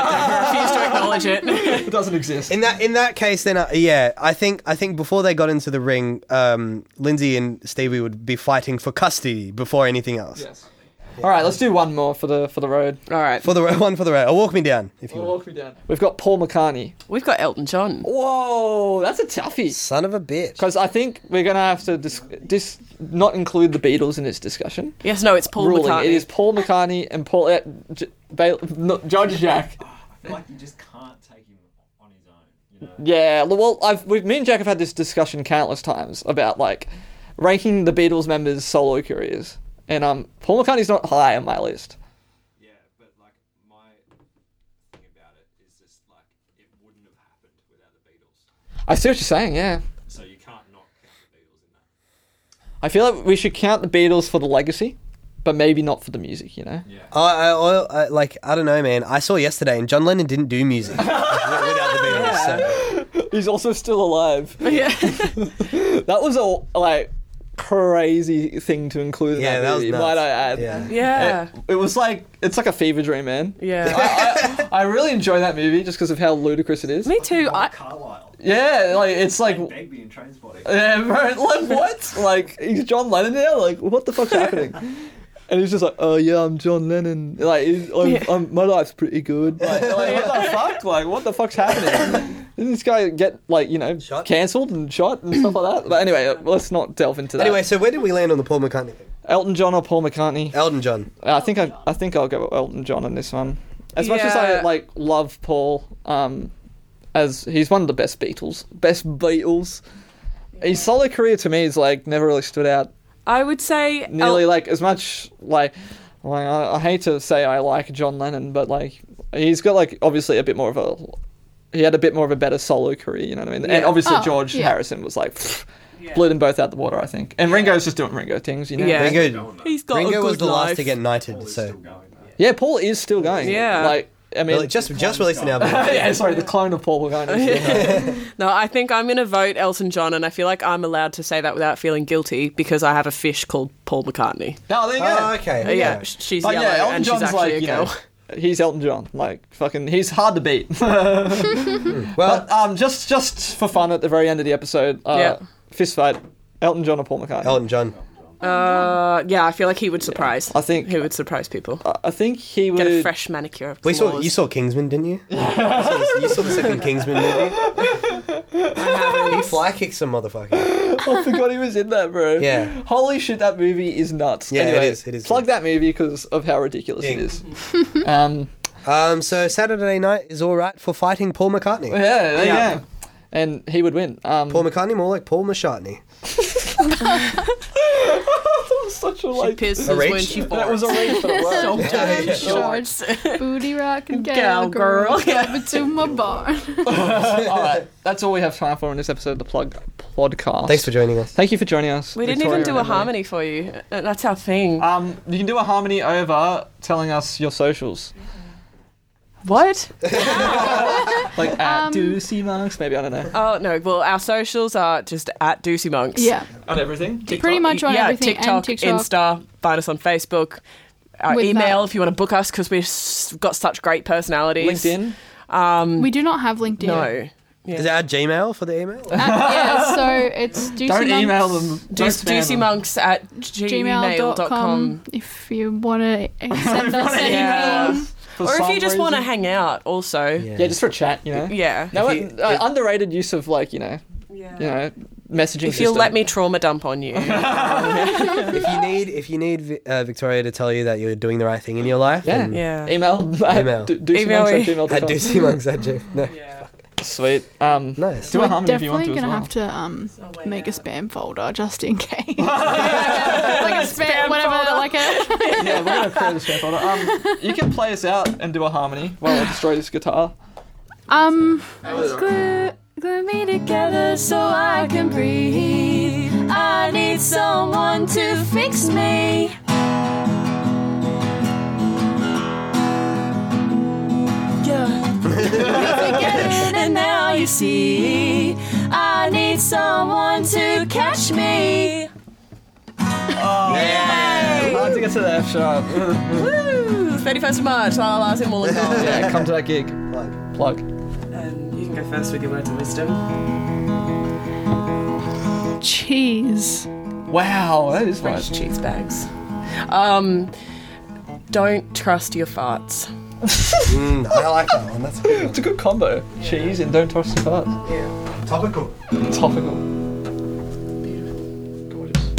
F: to acknowledge it.
E: It doesn't exist.
D: in that in that case, then uh, yeah, I think I think before they got into the ring, um, Lindsay and Stevie would be fighting for custody before anything else.
E: Yes. All right, let's do one more for the for the road.
F: All right.
D: For the ro- one for the road, or walk me down if you want.
E: Walk me down. We've got Paul McCartney.
F: We've got Elton John.
E: Whoa, that's a toughie.
D: Son of a bitch.
E: Because I think we're gonna have to dis- dis- not include the Beatles in this discussion.
F: Yes, no, it's Paul
E: Ruling
F: McCartney.
E: it is Paul McCartney and Paul uh, J- Bail- no, Judge Jack.
B: I feel like you just can't take him on his own. You know,
E: Yeah, l- well, I've we've, me and Jack have had this discussion countless times about like ranking the Beatles members solo careers, and um, Paul McCartney's not high on my list.
B: Yeah, but like my thing about it is just like it wouldn't have happened without the Beatles.
E: I see what you're saying. Yeah,
B: So you can't not count the Beatles in that.
E: I feel like we should count the Beatles for the legacy, but maybe not for the music. You know.
D: I, I, I, I- like I don't know, man. I saw yesterday, and John Lennon didn't do music without the Beatles. So.
E: He's also still alive.
F: Yeah.
E: That was a like crazy thing to include. In
D: Yeah,
E: that,
D: that was
E: movie,
D: nuts.
E: Might I add?
D: Yeah.
F: yeah.
E: It was like it's like a fever dream, man.
F: Yeah.
E: I, I really enjoy that movie just because of how ludicrous it is.
F: Me too. I,
B: Carlisle,
E: Yeah, like it's like
B: Begbie, and Trainspotting.
E: Yeah, bro, like what? Like he's John Lennon now? Like what the fuck's happening? And he's just like, oh yeah, I'm John Lennon. Like, he's- I'm,
F: Yeah.
E: I'm, my life's pretty good. Like, like, what the fuck? Like, what the fuck's happening? Didn't this guy get like you know
D: Shot?
E: cancelled and shot and stuff like that? But anyway, let's not delve into that.
D: Anyway, so where did we land on the Paul McCartney thing?
E: Elton John or Paul McCartney?
D: Elton John.
E: Uh, I think I, I think I'll go with Elton John on this one. As much as I
F: Yeah.
E: like love Paul, um, as he's one of the best Beatles, best Beatles. His solo career to me is like never really stood out
F: I would say
E: nearly
F: El-
E: like as much like like I, I hate to say I like John Lennon, but like he's got like obviously a bit more of a he had a bit more of a better solo career, you know what I mean? And
F: Yeah.
E: obviously
C: Oh,
E: George
C: yeah.
E: Harrison was like blew them both out the water, I think. And Ringo's just doing Ringo things, you know.
F: Yeah.
D: Ringo,
F: he's got a
D: Ringo
F: good
D: was the
F: life.
D: last to get knighted, so
E: Yeah, Paul is still going.
F: Yeah.
E: Like I mean
D: Really, just just released an album. Oh,
E: yeah, sorry, the clone of Paul McCartney.
F: No, I think I'm going to vote Elton John, and I feel like I'm allowed to say that without feeling guilty because I have a fish called Paul McCartney.
E: no, there you go.
D: Oh,
F: Uh,
D: okay.
F: yeah, sh- she's
E: But
F: yellow
E: yeah, Elton
F: and she's
E: John's
F: actually
E: like
F: a
E: you
F: girl.
E: know. He's Elton John, like fucking. He's hard to beat.
D: Well,
E: But um, just just for fun, at the very end of the episode, uh,
F: Yeah.
E: fist fight, Elton John or Paul McCartney.
D: Elton John.
F: Uh, yeah, I feel like he would surprise.
E: I think-
F: he would surprise people.
E: I- I think he would.
F: Get a fresh manicure.
D: We saw you saw Kingsman, didn't you? you, saw the, you saw the second Kingsman movie. he fly kicks some motherfucker.
E: I forgot he was in that, bro.
D: Yeah.
E: Holy shit, that movie is nuts.
D: Yeah, it
E: Anyway,
D: is, it is
E: Plug
D: good.
E: that movie because of how ridiculous it
D: Yeah.
E: is. um,
D: Um, so Saturday night is all right for fighting Paul McCartney.
E: yeah, there you
F: Yeah.
E: go. And he would win. Um,
D: Paul McCartney, more like Paul Mashatney.
E: such a like.
F: Pierces
D: A reach?
F: when she
E: that was a reach, but it worked. Oh
C: Shorts, booty rockin'
F: Gal
C: gal girl,
F: girl, yeah.
C: coming to my barn.
E: All right, that's all we have time for in this episode of the Plug Podcast.
D: Thanks for joining us.
E: Thank you for joining us.
F: We didn't
E: Victoria
F: even do a
E: and Emily.
F: harmony for you. Uh, That's our thing.
E: Um, you can do a harmony over telling us your socials.
F: what?
E: Like at
F: Um,
E: Doocy Monks, maybe, I don't know.
F: Oh no. Well, our socials are just at Doocy Monks.
C: Yeah,
E: on everything.
C: pretty much on
F: yeah,
C: everything.
F: TikTok,
C: and TikTok.
F: Insta, find us on Facebook. our
C: With
F: email
C: that.
F: if you want to book us because we've s- got such great personalities.
E: LinkedIn.
F: Um,
C: We do not have LinkedIn.
F: no.
D: Is that our Gmail for the email?
C: Uh, yeah, so it's juicy
E: Don't email them.
F: Do-
E: Don't spam
F: Juicy
E: them.
F: monks at
C: gmail.com
F: gmail.com.
C: if you want to send us anything.
F: Yeah.
E: For
F: Or if
E: some
F: you just want to
E: reason.
F: hang out, also. Yeah.
E: Yeah, just for a chat, you know.
F: yeah.
E: No,
D: If you-
E: uh, underrated use of like you know, you know, messaging.
F: If you'll
E: system.
F: let me trauma dump on you.
D: if you need, if you need Vi- uh, Victoria to tell you that you're doing the right thing in your life,
E: Yeah.
D: then-
F: yeah.
E: email,
D: Email.
E: email, do, do
F: Email
E: email,
F: me.
D: At Deucey Monks at Gmail. No,
E: Sweet. Um,
D: nice.
E: do a
C: We're
E: harmony if you
C: definitely
E: want to as
C: gonna
E: well.
C: have to um, make a spam folder just in case, like a spam, whatever,
F: folder.
C: like a
E: yeah, we're gonna create a spam folder. Um, you can play us out and do a harmony while I destroy this guitar.
C: um.
B: Glue, glue me together so I can breathe. I need someone to fix me. Yeah. You forget it and now you see. I need someone to catch me.
E: I have to get to the F sharp.
F: Woo! 31st of March, la la la's in Wollongong.
E: yeah, come to that gig. Plug.
G: And you can go first with your words of wisdom.
C: Cheese.
E: Wow, that is
F: Fresh
E: right.
F: cheese bags. Um, don't trust your farts.
D: Mm, I like that one. That's a good
E: It's a good combo. Cheese and don't toss the fart.
D: one. topical.
E: topical. Gorgeous.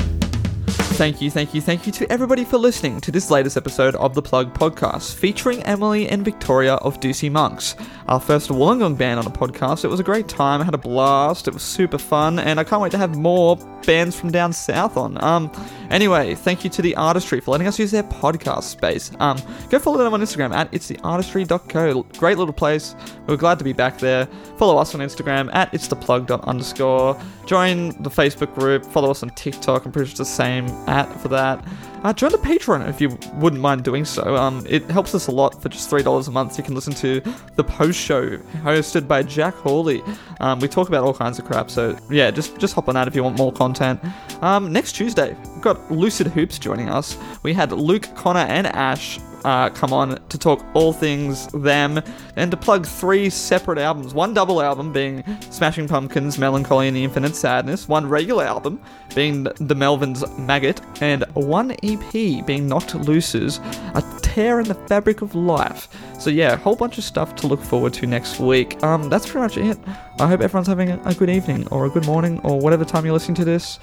E: Thank you, thank you, thank you to everybody for listening to this latest episode of The Plug Podcast, featuring Emily and Victoria of Deucey Monks, our first Wollongong band on a podcast. It was a great time, I had a blast, it was super fun, and I can't wait to have more bands from down south on. Um, anyway, thank you to The Artistry for letting us use their podcast space. Um, go follow them on Instagram at itstheartistry.co. Great little place, we're glad to be back there. Follow us on Instagram at itstheplug underscore. Join the Facebook group. Follow us on TikTok. I'm pretty sure it's the same at for that. Uh, join the Patreon if you wouldn't mind doing so. Um, it helps us a lot. For just three dollars a month, you can listen to the post show hosted by Jack Hawley. Um, we talk about all kinds of crap. So yeah, just just hop on that if you want more content. Um, next Tuesday, we've got Lucid Hoops joining us. We had Luke, Connor, and Ash uh, come on to talk all things them and to plug three separate albums. One double album being Smashing Pumpkins, Melancholy and the Infinite Sadness, one regular album being The Melvins Maggot, and one EP being Knocked Loose's A Tear in the Fabric of Life. So, yeah, a whole bunch of stuff to look forward to next week. Um, that's pretty much it. I hope everyone's having a good evening or a good morning or whatever time you're listening to this.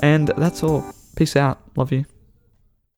E: And that's all. Peace out. Love you.